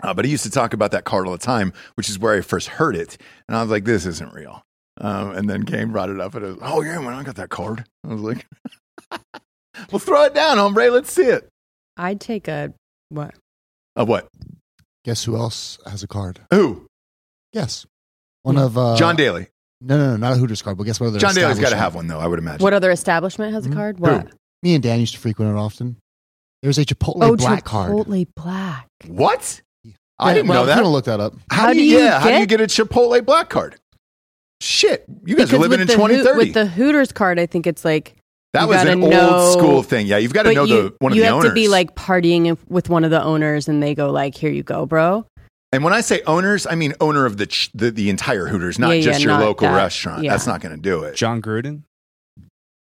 Uh, but he used to talk about that card all the time, which is where I first heard it. And I was like, this isn't real. Um, and then Kane brought it up and it was, oh, yeah, man, I got that card. I was like, [laughs] well, throw it down, hombre. Let's see it.
I'd take a what?
Uh, what?
Guess who else has a card?
Who?
Yes. One of uh,
John Daly.
No, no, no, not a Hooters card, but guess what? Other
John Daly's got to
establishment-
have one, though, I would imagine. Mm-hmm.
What other establishment has a
Hmm?
card? What?
Me and Dan used to frequent it often. There's a Chipotle black card.
Oh, Chipotle black.
What? I
Yeah,
didn't
well,
know
I'm
that.
gonna look that up.
how, do you, yeah, how do you get a Chipotle black card? Shit, you guys are living in
with, the Hoot-
2030.
with the Hooters card, I think it's like
that
you
was
gotta
an
know-
old school thing. Yeah, you've got to
but
know
you,
the one of
you
the
have
owners.
to be like partying with one of the owners, and they go like, "Here you go, bro."
And when I say owners, I mean owner of the ch- the, the entire Hooters, not
Yeah, yeah,
just your
not
local
that.
restaurant.
Yeah.
That's not going to do it.
John Gruden.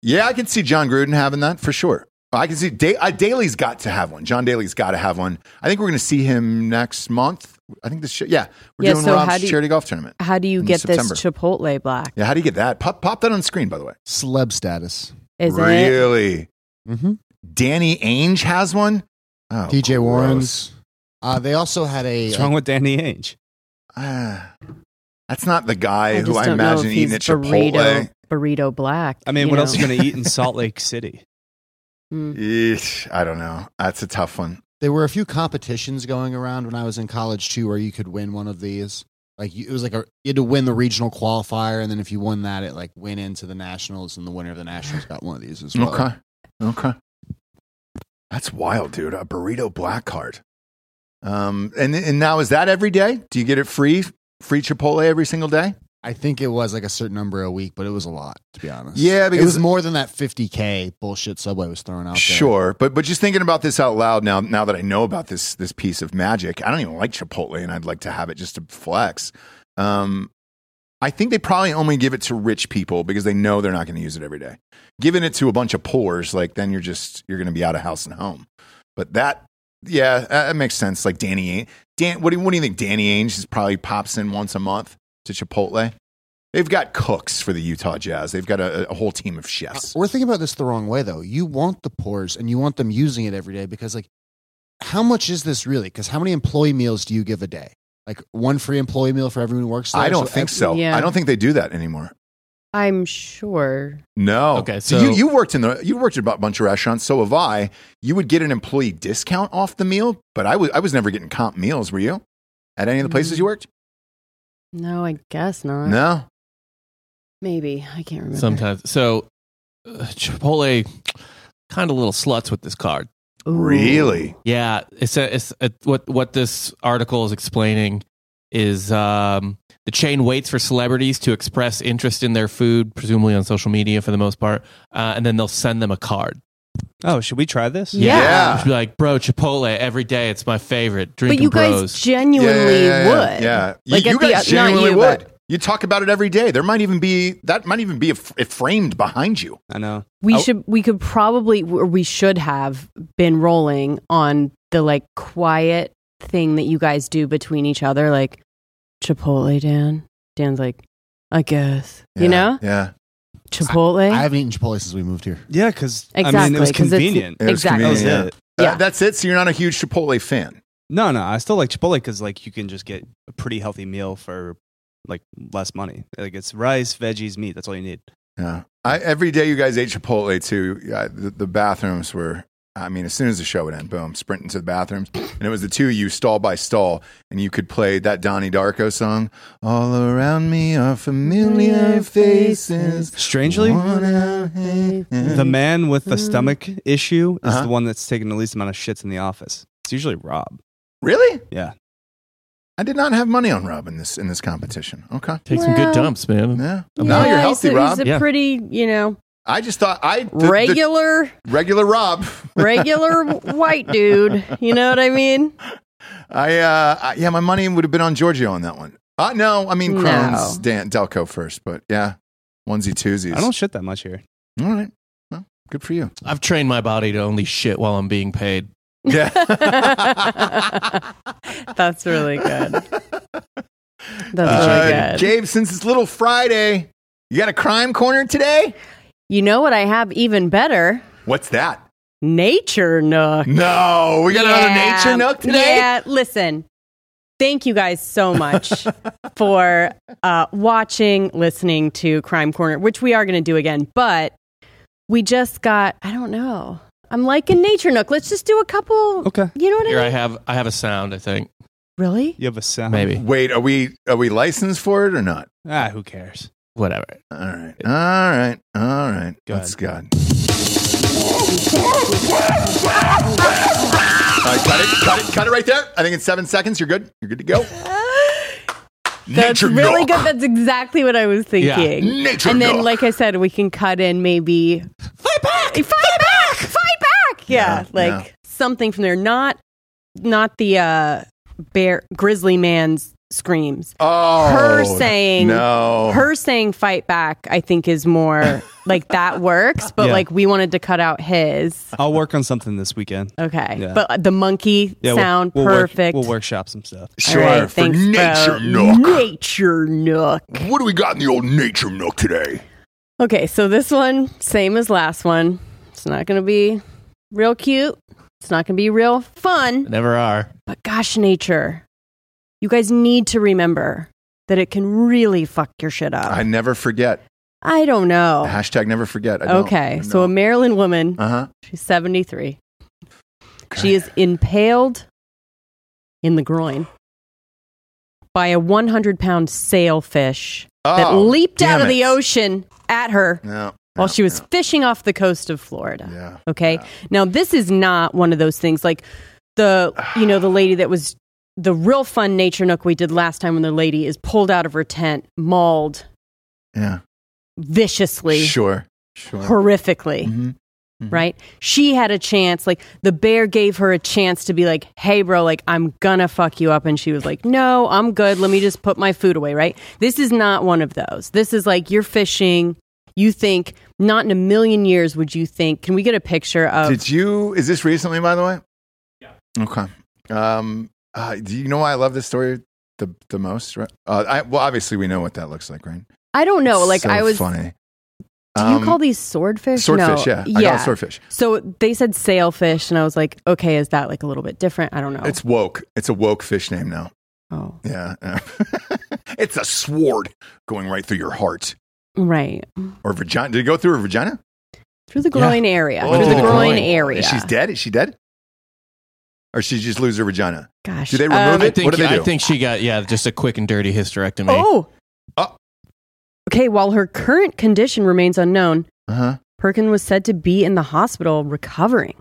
Yeah, I can see John Gruden having that for sure. I can see da- uh, Daly's got to have one. John Daly's got to have one. I think we're going to see him next month. I think this. Sh- yeah, we're
Yeah,
doing
so how
Rob's
do you-
charity golf tournament.
How do you
In
get this
September.
Chipotle black?
Yeah, how do you get that? Pop pop that on screen, by the way.
Celeb status.
Is it?
really?
Mm-hmm.
Danny Ainge has one. Oh,
DJ
gross.
Warren's. Uh, they also had a.
What's wrong with Danny Ainge?
Ah, that's not the guy
I
who
just
I
don't know
imagine
if
eating
he's
at Chipotle.
burrito, burrito black.
I mean,
you
what
know?
else is going to eat
[laughs]
in Salt Lake City?
Mm.
Eesh, I don't know. That's a tough one.
there were a few competitions going around when I was in college too, where you could win one of these. Like you, it was like a, you had to win the regional qualifier, and then if you won that, it like went into the nationals, and the winner of the nationals got one of these as well.
Okay. Okay. That's wild, dude. A burrito black card. Um, and and now is that every day? Do you get it free? Free Chipotle every single day?
I think it was like a certain number a week, but it was a lot to be honest.
Yeah,
it
because-
was more than that 50k bullshit Subway was throwing out. there.
Sure, but but just thinking about this out loud now. Now that I know about this this piece of magic, I don't even like Chipotle, and I'd like to have it just to flex. Um, I think they probably only give it to rich people because they know they're not going to use it every day. Giving it to a bunch of poors, like then you're just you're going to be out of house and home. But that, yeah, that, that makes sense. Like Danny, Ainge- Dan, what do you- what do you think? Danny Ainge is probably pops in once a month to Chipotle. They've got cooks for the Utah Jazz. They've got a, a whole team of chefs.
We're thinking about this the wrong way though. You want the pours and you want them using it every day because like how much is this really? Because how many employee meals do you give a day? Like one free employee meal for everyone who works there.
I don't
So
think
ev-
so.
Yeah.
I don't think they do that anymore.
I'm sure.
No.
Okay,
you,
so-
you worked in the you worked at a bunch of restaurants. So have I. You would get an employee discount off the meal, but I was I was never getting comp meals. Were you
Mm,
at any of the places you worked?
uh, No, I guess not.
No.
Maybe I can't remember.
sometimes. So uh, Chipotle kind of little sluts with this card.
Ooh.
Really?
Yeah, it's a, it's a, what what this article is explaining is um, the chain waits for celebrities to express interest in their food, presumably on social media for the most part, uh, and then they'll send them a card.
Oh, should we try this?
Yeah.
Yeah.
Just be like, bro, Chipotle every day, it's my favorite. Drinking
But you guys
bros.
genuinely
yeah, yeah, yeah,
would.
Yeah, You-
Like
you,
at the-
guys
not
genuinely
you,
would.
but-
You talk about it every day. There might even be that might even be a, f- it framed behind you.
I know.
We
Oh.
should we could probably or we should have been rolling on the like quiet thing that you guys do between each other, like Chipotle Dan. Dan's like, I guess.
Yeah,
You know?
Yeah.
Chipotle.
I haven't eaten Chipotle since we moved here.
Yeah, because I mean,
Exactly,
it was
'cause it's-
convenient.
It was
Exactly.
That was
convenient, yeah.
it.
That-
Yeah.
that's it. So you're not a huge Chipotle fan.
No, no, I still like Chipotle because like you can just get a pretty healthy meal for like less money. Like it's rice, veggies, meat. That's all you need.
Yeah. I, every day you guys ate Chipotle too. Uh, the, the bathrooms were. I mean, as soon as the show would end, boom, sprinting to the bathrooms, and it was the two of you, stall by stall, and you could play that Donnie Darko song. All around me are familiar faces.
Strangely, the man with the stomach issue is
Uh-huh.
the one that's taking the least amount of shits in the office. It's usually Rob.
Really?
Yeah.
I did not have money on Rob in this in this competition. Okay.
Take some good
Well-
dumps, man.
Yeah.
Yeah,
Now you're
he's
healthy,
a-
Rob.
He's a
Yeah.
pretty, you know,
I just thought I the- the-
regular,
[laughs] regular
[laughs]
Rob.
regular white dude. You know what I mean?
I, uh, I yeah, my money would have been on Giorgio on that one. Uh, no, I mean
No.
Crohn's, Dan Delco first, but yeah, onesie twosies.
I don't shit that much here.
All right, well, good for you.
[laughs]
I've trained my body to only shit while I'm being paid.
Yeah,
That's really good. That's
[laughs]
really
Uh,
good.
Gabe, since it's Little Friday, you got a crime corner today.
you know what I have even better?
What's that?
Nature Nook.
No, we got another
Yeah.
nature nook today.
Yeah, listen. Thank you guys
[laughs]
so much for uh, watching, listening to Crime Corner, which we are going to do again. But we just got, I don't know. I'm liking Nature Nook. Let's just do a couple.
Okay.
You know what
Here
I
I
mean?
have I have a sound, I think.
really?
You have a sound.
Maybe.
Wait, are we are we licensed for it or not?
Ah, who cares?
Whatever.
All right, all right, all right.
Go
Let's go. ahead. All right, cut it, cut it, cut it right there. I think in seven seconds you're good. You're good to
[laughs]
go.
That's really good. That's exactly what I was
Yeah.
thinking.
Nature
and then,
Nook.
like I said, we can cut in maybe fight back, fight, back! fight back. Yeah,
Yeah,
like
yeah.
something from there. Not, not the uh, bear grizzly man's screams.
Oh,
Her saying-
no.
Her saying "fight back," I think, is more like that works. But
Yeah.
like we wanted to cut out his.
I'll work on something this weekend.
Okay,
Yeah.
but uh, the monkey
Yeah, we'll-
sound
we'll, work-
perfect.
we'll workshop some stuff.
All
sure
right,
for
thanks, bro.
nature nook.
Nature nook.
What do we got in the old nature nook today?
Okay, so this one, same as last one. It's not going to be real cute. It's not going to be real fun.
Never are.
But gosh, nature, you guys need to remember that it can really fuck your shit up.
I
I,
never forget.
don't know.
Hashtag never forget. I don't,
Oh. Okay, so a Maryland woman,
uh huh.
she's 73. She is impaled in the groin by a 100 pound sailfish that
Oh,
leaped out of the ocean at her
No, no,
while she was
no.
fishing off the coast of Florida.
Yeah.
Okay. Now this is not one of those things like the you know the lady that was the real fun nature nook we did last time when the lady is pulled out of her tent, mauled
Yeah.
viciously,
Sure. Sure.
horrifically,
Mhm.
right? She had a chance like the bear gave her a chance to be like, "Hey bro, like I'm gonna fuck you up." And she was like, "No, I'm good. Let me just put my food away," right? This is not one of those. This is like you're fishing, you think not in a million years would you think, can we get a picture of
Did you? Is this recently, by the way? Yeah. Okay. Um, uh, do you know why I love this story the the most? right? Uh, I, well, obviously we know what that looks like, right?
I don't know. Like
So
I was.
funny. Um,
Do you call these swordfish?
swordfish? Yeah,
No.
I call it swordfish.
So they said sailfish, and I was like, okay, is that like a little bit different? I don't know.
It's woke. It's a woke fish name now.
oh,
Yeah, [laughs] yeah. it's a sword going right through your heart
right
or vagina. Did it go through her vagina?
through the groin area.
Oh.
through the
Through the
groin
groin.
area.
Is she's dead? Is she dead? Or she just lose her vagina?
Gosh.
Do they remove
um,
I
it?
think
What do they
I
do?
think she got yeah, just a quick and dirty hysterectomy.
Oh.
Oh.
Okay, while her current condition remains unknown,
Uh huh.
Perkin was said to be in the hospital recovering.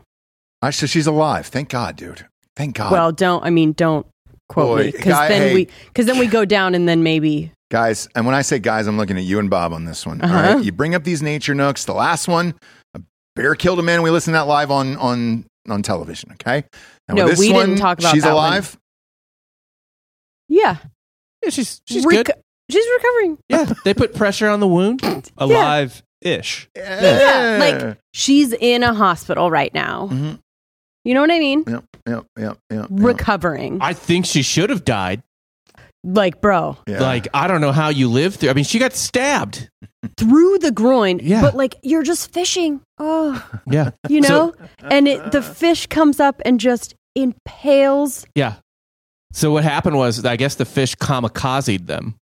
I so she's alive. Thank God, dude. Thank God.
Well, don't. I mean, don't quote
Boy,
me because
guy-
then
hey.
we because then we go down and then maybe
guys, and when I say guys, I'm looking at you and Bob on this one. all
Uh-huh.
right? You bring up these nature nooks. The last one, a bear killed a man. We listened to that live on on on television. Okay. And
No,
with this
we
one,
didn't talk about
She's
that one.
alive.
yeah,
Yeah, she's she's
Reco-
good.
She's recovering.
Yeah, they put pressure on the wound.
alive ish.
Yeah, like she's in a hospital right now.
Mhm.
You know what I mean?
Yep. Yep. Yep. Yep. yep.
Recovering.
[clears throat] I think she should have died.
like, bro,
Yeah.
Like I don't know how you live through. I mean, she got stabbed.
through the groin,
Yeah.
but like you're just fishing. Oh,
[laughs] Yeah,
[laughs]
you know?
So-
and it, the fish comes up and just impales.
yeah. So what happened was, I guess the fish kamikazed them.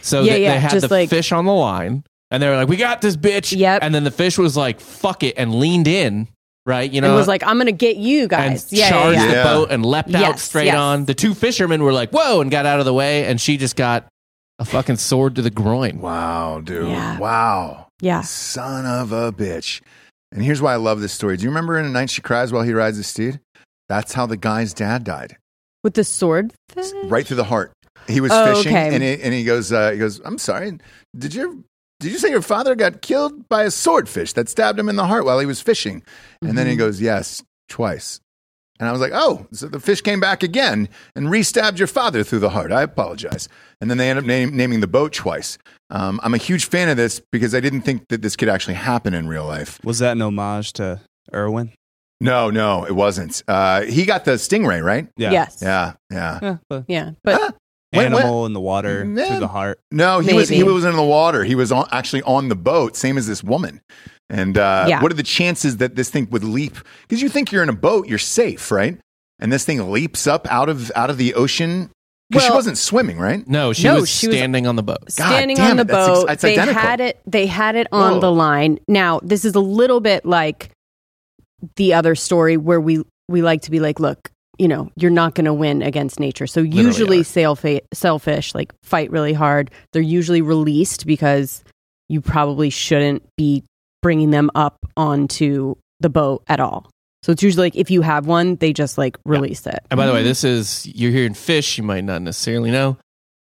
So
Yeah,
they,
yeah,
they had
just
the
like-
fish on the line, and they were like, "We got this bitch."
Yep.
And then the fish was like, "Fuck it," and leaned in. Right, you
and
know,
was like, I'm going to get you guys.
and
Yeah, yeah,
charged
yeah.
the
yeah.
boat and leapt out
Yes,
straight
yes.
on. The two fishermen were like, "Whoa!" and got out of the way, and she just got a fucking sword to the groin.
Wow, dude.
Yeah.
Wow.
Yeah.
Son of a bitch. And here's why I love this story. Do you remember in A Night She Cries While He Rides the Steed? That's how the guy's dad died.
With the sword?
Right through the heart. He was
Oh,
fishing
okay.
and, he, and he goes, uh, he goes, I'm sorry. Did you did you say your father got killed by a swordfish that stabbed him in the heart while he was fishing? And then he
Mm-hmm.
goes, Yes, twice. And I was like, Oh, so the fish came back again and re stabbed your father through the heart. I apologize. And then they end up name, naming the boat twice. Um, I'm a huge fan of this because I didn't think that this could actually happen in real life.
Was that an homage to Irwin?
No, no, it wasn't. Uh, he got the stingray, right?
Yes.
Yeah, yeah.
Yeah, the
Yeah. But
Huh? Wait, what?
animal in the water
Man.
through the heart.
No, he was he
Maybe.
was in the water. He was on, actually on the boat, same as this woman. And uh,
Yeah.
what are the chances that this thing would leap? Because you think you're in a boat, you're safe, right? And this thing leaps up out of out of the ocean. Because she
Well-
wasn't swimming, right?
No, she
No,
was
she was-
standing on the boat.
standing
damn
on
it,
the
that's ex-
boat,
that's
they
identical.
had it they had it on
Whoa.
the line. Now, this is a little bit like the other story where we we like to be like, look, you know, you're not going to win against nature. So
Literally
usually
are.
sailfa- sailfish like fight really hard. They're usually released because you probably shouldn't be bringing them up onto the boat at all. So it's usually like if you have one, they just like release it.
And by the way, this is you're hearing fish. You might not necessarily know.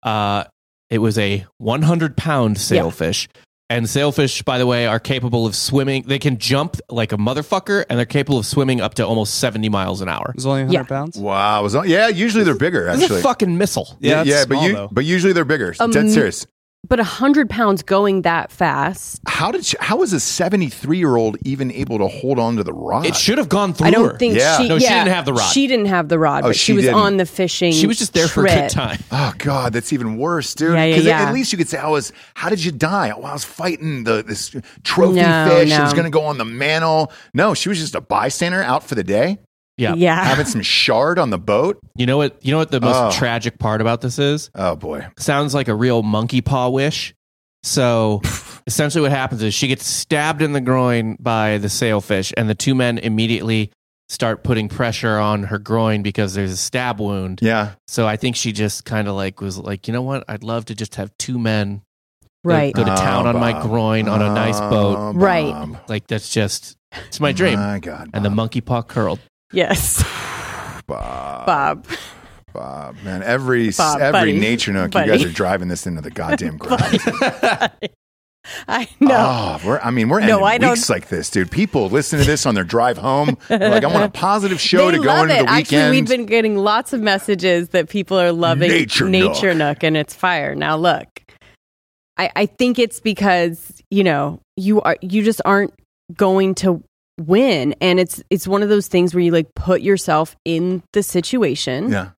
Uh, it was a 100 pound sailfish, and sailfish, by the way, are capable of swimming. They can jump like a motherfucker, and they're capable of swimming up to almost 70 miles an hour.
It was only 100
Yeah.
pounds.
Wow. Was on, yeah, usually they're bigger,
It's
actually.
a fucking missile.
yeah,
that's
yeah, but
small,
you,
though.
but usually they're bigger.
Um,
Dead serious.
But 100 pounds going that fast,
How did she, how was a 73 year old even able to hold on to the rod?
It should have gone through.
I
her.
don't think
Yeah.
she.
No, she
yeah,
didn't have the rod.
She didn't have the rod,
Oh,
but
she
she, was
didn't.
on the fishing.
she was just there for a
trip.
good time.
Oh God, that's even worse, dude.
Yeah, yeah,
'Cause
yeah.
At least you could say, "I was. How did you die? Well, I was fighting the this trophy
No,
fish. It
no.
was going to go on the mantle. No, she was just a bystander out for the
[laughs]
day,
Yeah.
Yeah.
having some shard on the boat.
You know what? You know what the most
Oh.
tragic part about this is?
Oh boy.
sounds like a real monkey paw wish.
[laughs]
So essentially, what happens is she gets stabbed in the groin by the sailfish, and the two men immediately start putting pressure on her groin because there's a stab wound.
Yeah.
So I think she just kind of like was like, you know what? I'd love to just have two men go-
Right.
go to
Oh,
town on my
Bob.
groin on a nice
Oh,
boat.
Bob.
Right.
Like that's just it's my dream.
My God.
and the
Bob.
monkey paw curled.
yes. [laughs]
Bob.
Bob.
Bob. Man, every s-
Bob,
every
buddy.
nature nook,
Buddy.
you guys are driving this into the
[laughs]
goddamn ground.
I [laughs] know.
Oh, we're, I mean, we're
No,
ending
I don't-
weeks like this, dude. People listen to this on their drive
[laughs]
home. They're like, I want a positive show
they
to go
love
into
it.
the weekend.
Actually, we've been getting lots of messages that people are loving
Nature Nook.
Nook, and it's fire. Now, look, I, I think it's because you know you are you just aren't going to win, and it's it's one of those things where you like put yourself in the situation.
yeah.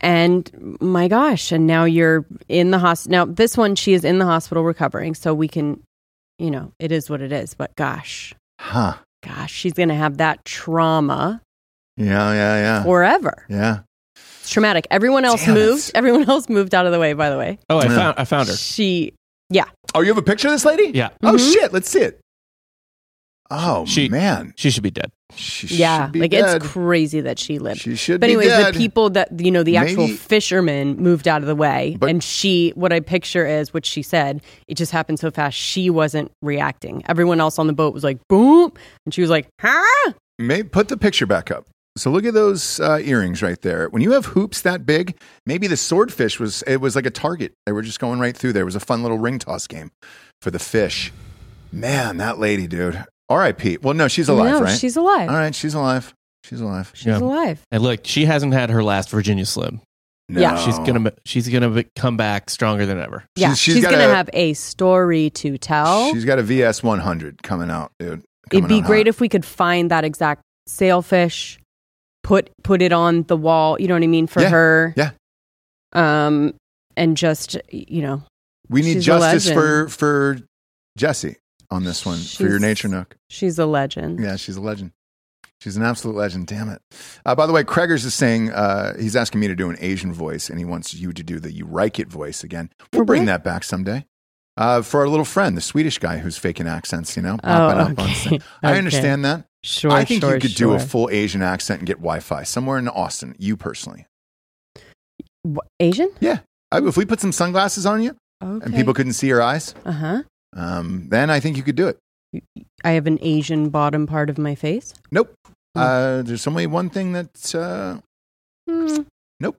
and my gosh and now you're in the hospital now this one she is in the hospital recovering so we can you know it is what it is but gosh
Huh.
gosh she's gonna have that trauma
Yeah, yeah, yeah.
forever
yeah.
it's traumatic everyone else
Damn it.
moved everyone [laughs] else moved out of the way by the way
Oh, I
Yeah.
found I found her.
she
Oh, you have a picture of this lady?
Yeah.
Oh
Mhm.
shit, let's see it. Oh
She-
man.
She should be dead.
She
Yeah,
should be
like
dead.
it's crazy that she lived.
She should
but
be
anyways,
dead.
the people that you know, the actual
Maybe-
fishermen moved out of the way,
But-
and she. What I picture is what she said. It just happened so fast. She wasn't reacting. Everyone else on the boat was like, "Boom," and she was like, "Huh."
May put the picture back up. So look at those uh, earrings right there. When you have hoops that big, maybe the swordfish was it was like a target. They were just going right through there. It was a fun little ring toss game for the fish. Man, that lady, dude. R.I.P. Well, no, she's alive,
no,
right?
she's alive.
All right, she's alive. She's alive.
She's
Yeah.
alive.
And look, she hasn't had her last Virginia Slim.
Yeah.
She's
Oh.
gonna she's gonna be- come back stronger than ever.
Yeah,
She's-
she's,
she's got
gonna
a-
have a story to tell.
She's got a VS 100 coming out, dude.
It'd
Coming
be
out
great
hot.
if we could find that exact sailfish, put put it on the wall. You know what I mean for
Yeah,
her.
yeah.
Um, and just you know,
we need
she's a
justice for
legend.
for Jesse on this one for your
She's-
nature nook.
she's a legend.
Yeah, she's a legend. She's an absolute legend. Damn it. Uh, by the way, Kreger's is saying uh, he's asking me to do an Asian voice, and he wants you to do the Eurikit voice again. We'll
For
bring
what?
that back someday. Uh, for our little friend, the Swedish guy who's faking accents, you know, popping up on
Oh, okay.
sta- I
[laughs] Okay.
understand that.
Sure,
I think
sure,
you could do
sure.
a full Asian accent and get Wi-Fi somewhere in Austin. You personally,
Wha- Asian.
I, if we put some sunglasses on you
Okay.
and people couldn't see your eyes,
Uh huh.
um, then I think you could do it.
I have an Asian bottom part of my face.
Nope.
Hmm.
Uh, there's only one thing that uh,
Mm.
Nope.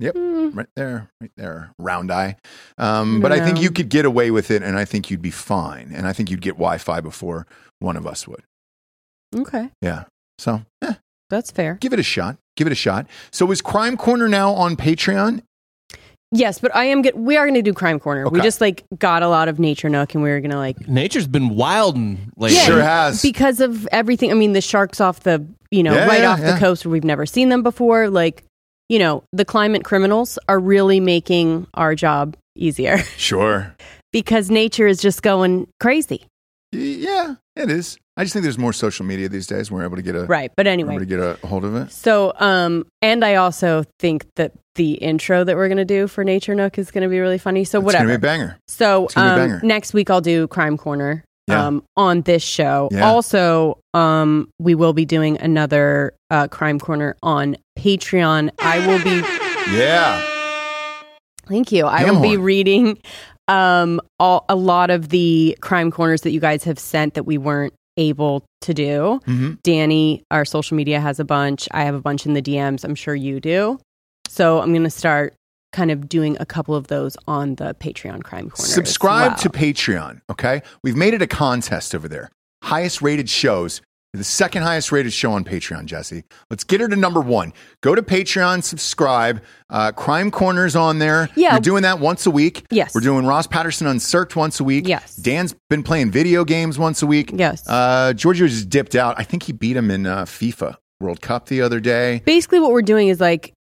Yep.
Mm.
right there, right there, round eye. Um, but I think
No.
you could get away with it, and I think you'd be fine. And I think you'd get Wi-Fi before one of us would.
Okay,
Yeah. So eh,
that's fair.
give it a shot. Give it a shot. So is Crime Corner now on Patreon?
Yes, but I am. Get, we are going to do Crime Corner. We
Okay.
just like got a lot of Nature Nook, and we were going to like
Nature's been wilding lately.
Yeah.
Sure has.
because of everything. I mean, the sharks off the you know
Yeah,
right
yeah,
off
yeah.
the coast where we've never seen them before. Like you know, the climate criminals are really making our job easier [laughs]
sure.
because nature is just going crazy,
Y- Yeah, it is. I just think there's more social media these days. We're able to get a
right? But
we're
anyway,
able to get a hold of it.
so um, and I also think that the intro that we're going to do for Nature Nook is going to be really funny. So
It's gonna be a
whatever.
banger.
So
It's gonna be a
um,
banger.
next week I'll do Crime Corner
Yeah.
um, on this show.
Yeah.
Also, um, we will be doing another uh, Crime Corner on Patreon. I will be.
Yeah.
Thank you. I
Ham
will be
horn.
reading um, all, a lot of the Crime Corners that you guys have sent that we weren't able to do.
hmm
Danny, our social media has a bunch. I have a bunch in the DMs. I'm sure you do. So I'm going to start kind of doing a couple of those on the Patreon Crime Corner. as
Subscribe to
well.
Patreon, okay? We've made it a contest over there. Highest rated shows. The second highest rated show on Patreon, Jesse. Let's get her to number one. Go to Patreon, subscribe. Uh, Crime Corner's on there.
Yeah.
We're doing that once a week.
Yes.
We're doing Ross Patterson Uncirked once a week.
Yes.
Dan's been playing video games once a week.
Yes.
Uh, Giorgio just dipped out. I think he beat him in uh, FIFA World Cup the other day.
basically what we're doing is like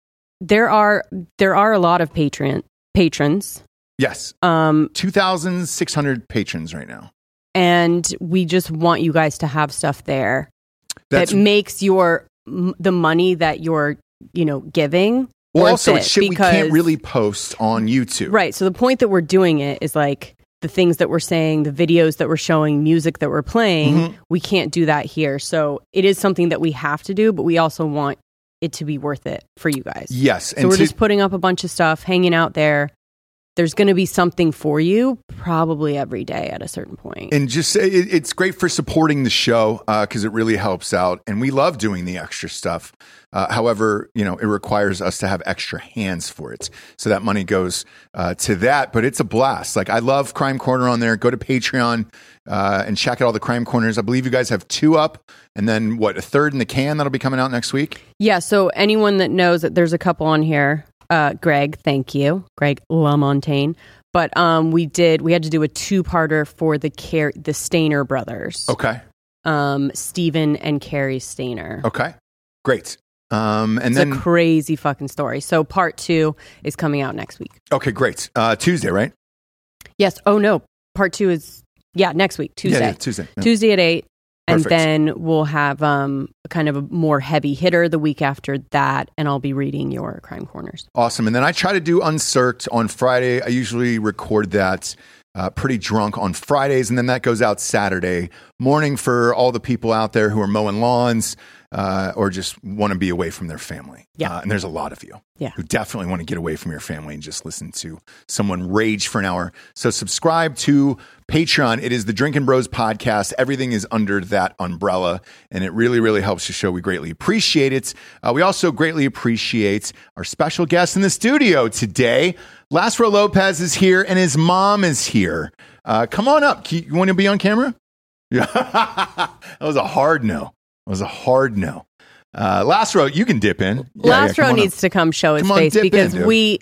there are there are a lot of patron patrons
Yes.
um
2,600 patrons right now.
and we just want you guys to have stuff there that makes your m- the money that you're you know giving
Well,
worth
also,
it
it's shit we can't
because-
really post on YouTube.
right so the point that we're doing it is like the things that we're saying the videos that we're showing music that we're playing
Mm-hmm.
we can't do that here so it is something that we have to do but we also want it to be worth it for you guys
Yes,
So
and
we're
to-
just putting up a bunch of stuff, hanging out there. There's going to be something for you probably every day at a certain point.
and just say it, it's great for supporting the show because it really helps out, and we love doing the extra stuff. Uh, however, you know it requires us to have extra hands for it, so that money goes uh, to that. But it's a blast. Like I love Crime Corner on there. Go to Patreon uh, and check out all the Crime Corners. I believe you guys have two up, and then what a third in the can that'll be coming out next week.
yeah. So anyone that knows that there's a couple on here, uh, Greg, thank you, Greg Lamontagne. But um, we did we had to do a two parter for the care the Stainer brothers,
Okay,
um, Stephen and Carrie Stainer.
okay, great. Um, and
It's
then
a crazy fucking story. So part two is coming out next week.
okay, great. Uh, Tuesday, right?
Yes. Oh no, part two is yeah next week
Yeah,
Tuesday.
yeah, Tuesday. Yeah.
Tuesday at eight. And
Perfect.
then we'll have um, kind of a more heavy hitter the week after that, and I'll be reading your crime corners.
Awesome. And then I try to do Uncirked on Friday. I usually record that uh, pretty drunk on Fridays, and then that goes out Saturday morning for all the people out there who are mowing lawns uh, or just want to be away from their family.
Yeah.
Uh, and there's a lot of you
Yeah.
who definitely want to get away from your family and just listen to someone rage for an hour. So subscribe to Patreon. It is the Drinking Bros podcast. Everything is under that umbrella, and it really, really helps the show. We greatly appreciate it. Uh, we also greatly appreciate our special guest in the studio today. Laszlo Lopez is here, and his mom is here. Uh, come on up. Can You you want to be on camera? [laughs] Yeah. that was a hard no. That was a hard no. Uh, Laszlo, you can dip in. Yeah, yeah,
Lastro
come on up.
needs to come show his
Come on,
face
dip in,
because
dude.
we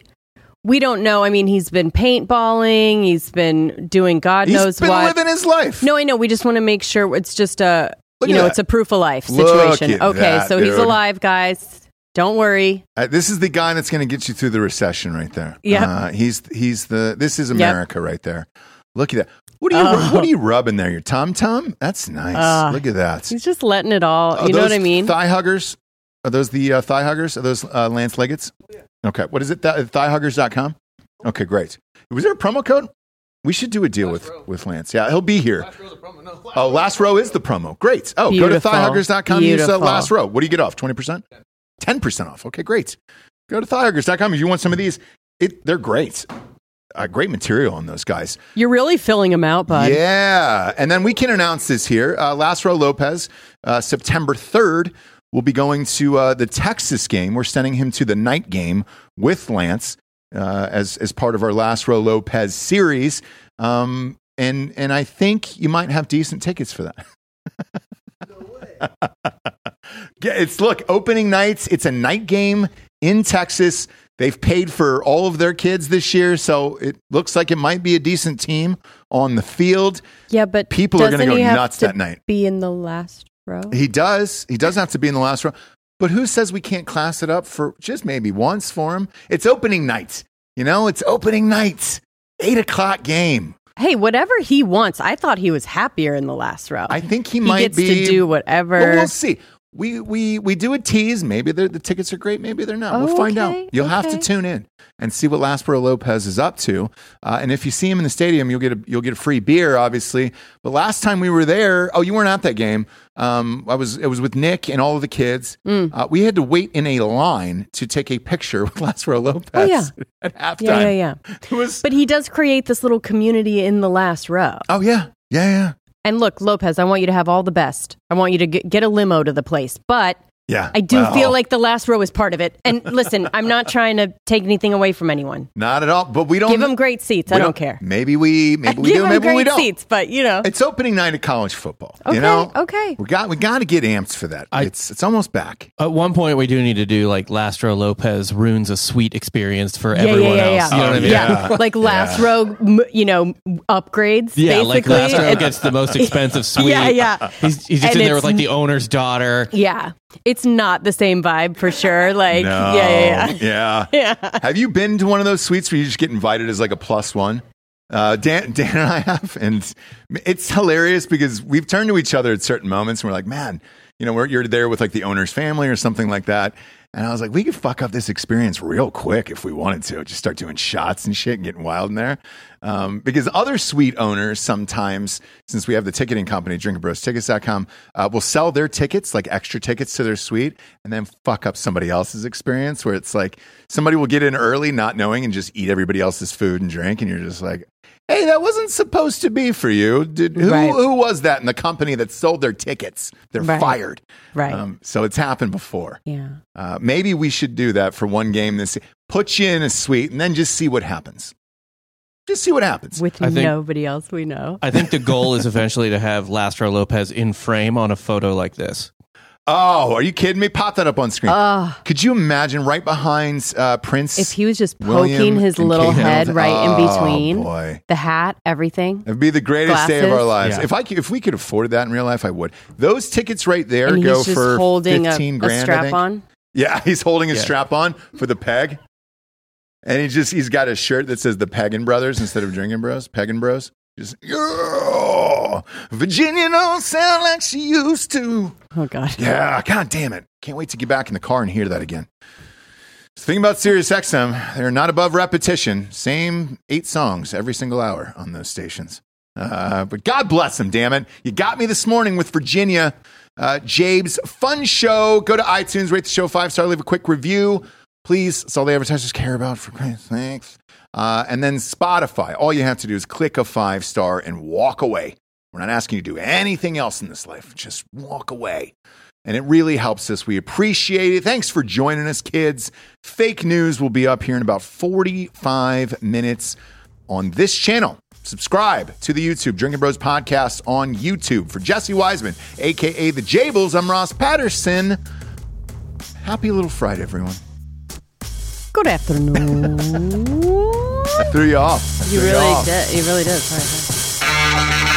we don't know. I mean, he's been paintballing, he's been doing God
He's
knows
been
what.
living his life.
no, I know. We just want to make sure it's just a
Look
you
at
know
that.
it's a proof of life
Look
situation.
at
okay,
that,
so he's
dude.
alive, guys. Don't worry.
Uh, this is the guy that's going to get you through the recession, right there.
Yep.
Uh, he's he's the this is America right there. Look at that. What are you
Oh.
What are you rubbing there? Your tom tom? That's nice.
Ah.
Look at that.
He's just letting it all.
Are
you know what
Oh, those
I mean?
Thigh huggers. Are those the uh, thigh huggers? Are those uh, Lance Leggett's? Okay. What is it? Th- thighhuggers.com? Okay, great. Was there a promo code? We should do a deal with, with Lance. Yeah, he'll be here. Oh, last row is the promo. Great. Oh, go to
Beautiful.
thighhuggers.com. Use uh,
Beautiful.
last row. What do you get off? 20%? 10% off. Okay, great. Go to thighhuggers.com if you want some of these. It, they're great. Uh, great material on those guys.
You're really filling him out, bud.
Yeah. And then we can announce this here. Uh, Laszlo Lopez, uh, September 3rd, will be going to uh, the Texas game. We're sending him to the night game with Lance uh, as, as part of our Laszlo Lopez series. Um, and, and I think you might have decent tickets for that. [laughs] Yeah, it's look opening nights. It's a night game in Texas. They've paid for all of their kids this year, so it looks like it might be a decent team on the field.
Yeah, but
People are
doesn't
going to go
he have
nuts
to
that night.
Be in the last row.
He does. He does have to be in the last row. But who says we can't class it up for just maybe once for him? It's opening night. You know, it's opening night. Eight o'clock game.
Hey, whatever he wants. I thought he was happier in the last row.
I think he,
he
might
gets
be
to do whatever.
Well, we'll see. We we we do a tease. Maybe they're- the tickets are great. Maybe they're not. we'll
Oh,
find
okay,
out. You'll have to
okay.
tune in and see what Laspero Lopez is up to. Uh, and if you see him in the stadium, you'll get a you'll get a free beer, obviously. But last time we were there, oh, you weren't at that game. Um, I was it was with Nick and all of the kids.
Mm.
Uh, we had to wait in a line to take a picture [laughs] with Laspero Lopez
Oh, yeah.
[laughs] at halftime.
yeah, yeah, yeah.
[laughs] It was.
But he does create this little community in the last row.
Oh yeah, yeah, yeah,
And look, Lopez, I want you to have all the best. I want you to get, get a limo to the place. But
yeah.
I do
Well,
feel like the last row is part of it.
[laughs]
And listen, I'm not trying to take anything away from anyone.
not at all. But we don't
Give them great seats. I
Oh, we
don't, care.
Maybe we maybe we
Give
do.
them
Maybe
great
we don't.
seats, but you know.
It's opening night of college football.
Okay,
you know,
okay.
we got we got to get amped for that.
I-
it's it's almost back.
At one point, we do need to do like Lastro Lopez ruins a sweet experience for
yeah, yeah,
everyone
yeah,
else.
yeah.
You know what I mean?
Yeah.
Like last row, m- you know, upgrades.
Yeah,
basically.
like Lastro
It's-
gets the most expensive
[laughs]
suite.
Yeah, yeah.
He's, he's just
And
in there
it's
with like the owner's daughter.
Yeah, it's not the same vibe for sure. Like,
No.
yeah, yeah, [laughs] yeah.
[laughs] yeah. Have you been to one of those suites where you just get invited as like a plus one? Uh, Dan, [laughs] Dan and I have, and it's hilarious because we've turned to each other at certain moments and we're like, man, you know, we're, you're there with like the owner's family or something like that. And I was like, we could fuck up this experience real quick if we wanted to. Just start doing shots and shit and getting wild in there. Um, because other suite owners sometimes, since we have the ticketing company, drinkingbrostickets.com, uh, will sell their tickets, like extra tickets to their suite, and then fuck up somebody else's experience where it's like somebody will get in early not knowing and just eat everybody else's food and drink. And you're just like, hey, that wasn't supposed to be for you. Did, who,
Right.
who was that in the company that sold their tickets? They're
Right.
fired.
Right.
Um, so it's happened before.
yeah.
Uh, maybe we should do that for one game this Put you in a suite and then just see what happens. Just see what happens.
With
I think-
nobody else we know.
I think the goal is eventually to have Lastro Lopez in frame on a photo like this.
oh, are you kidding me? Pop that up on screen.
Ugh.
Could you imagine right behind uh, Prince?
Ah. if he was just
William
poking his
and
little
Kate
head
Middleton?
right in
Oh,
between
boy.
the hat, everything.
It'd be the greatest day of our
Glasses.
lives.
Yeah.
If I could, if we could afford that in real life, I would. Those tickets right there
and
go
he's just
for
holding a,
fifteen
a
grand. I
strap
think.
on.
Yeah, [laughs] he's holding his
Yeah.
strap on for the peg. And he just he's got a shirt that says the Pagan Brothers instead of Drinking Bros, Pagan Bros. Just yeah. Virginia don't sound like she used to.
Oh god. [laughs]
Yeah, god damn it. Can't wait to get back in the car and hear that again. The thing about Sirius XM, they're not above repetition. Same eight songs every single hour on those stations. Uh, but God bless him, damn it. You got me this morning with Virginia. Uh, Jabe's fun show. Go to iTunes, rate the show five star, leave a quick review. Please, it's all the advertisers care about, for Christ's sakes. Uh, and then Spotify. All you have to do is click a five star and walk away. We're not asking you to do anything else in this life, just walk away. And it really helps us. We appreciate it. Thanks for joining us, kids. Fake news will be up here in about 45 minutes on this channel. Subscribe to the YouTube Drinking Bros podcast on YouTube. For Jesse Wiseman, aka the Jables, I'm Ross Patterson. Happy little Friday, everyone.
Good afternoon.
I threw you off. I
[laughs] you
threw
really
off.
did. You really did. Sorry.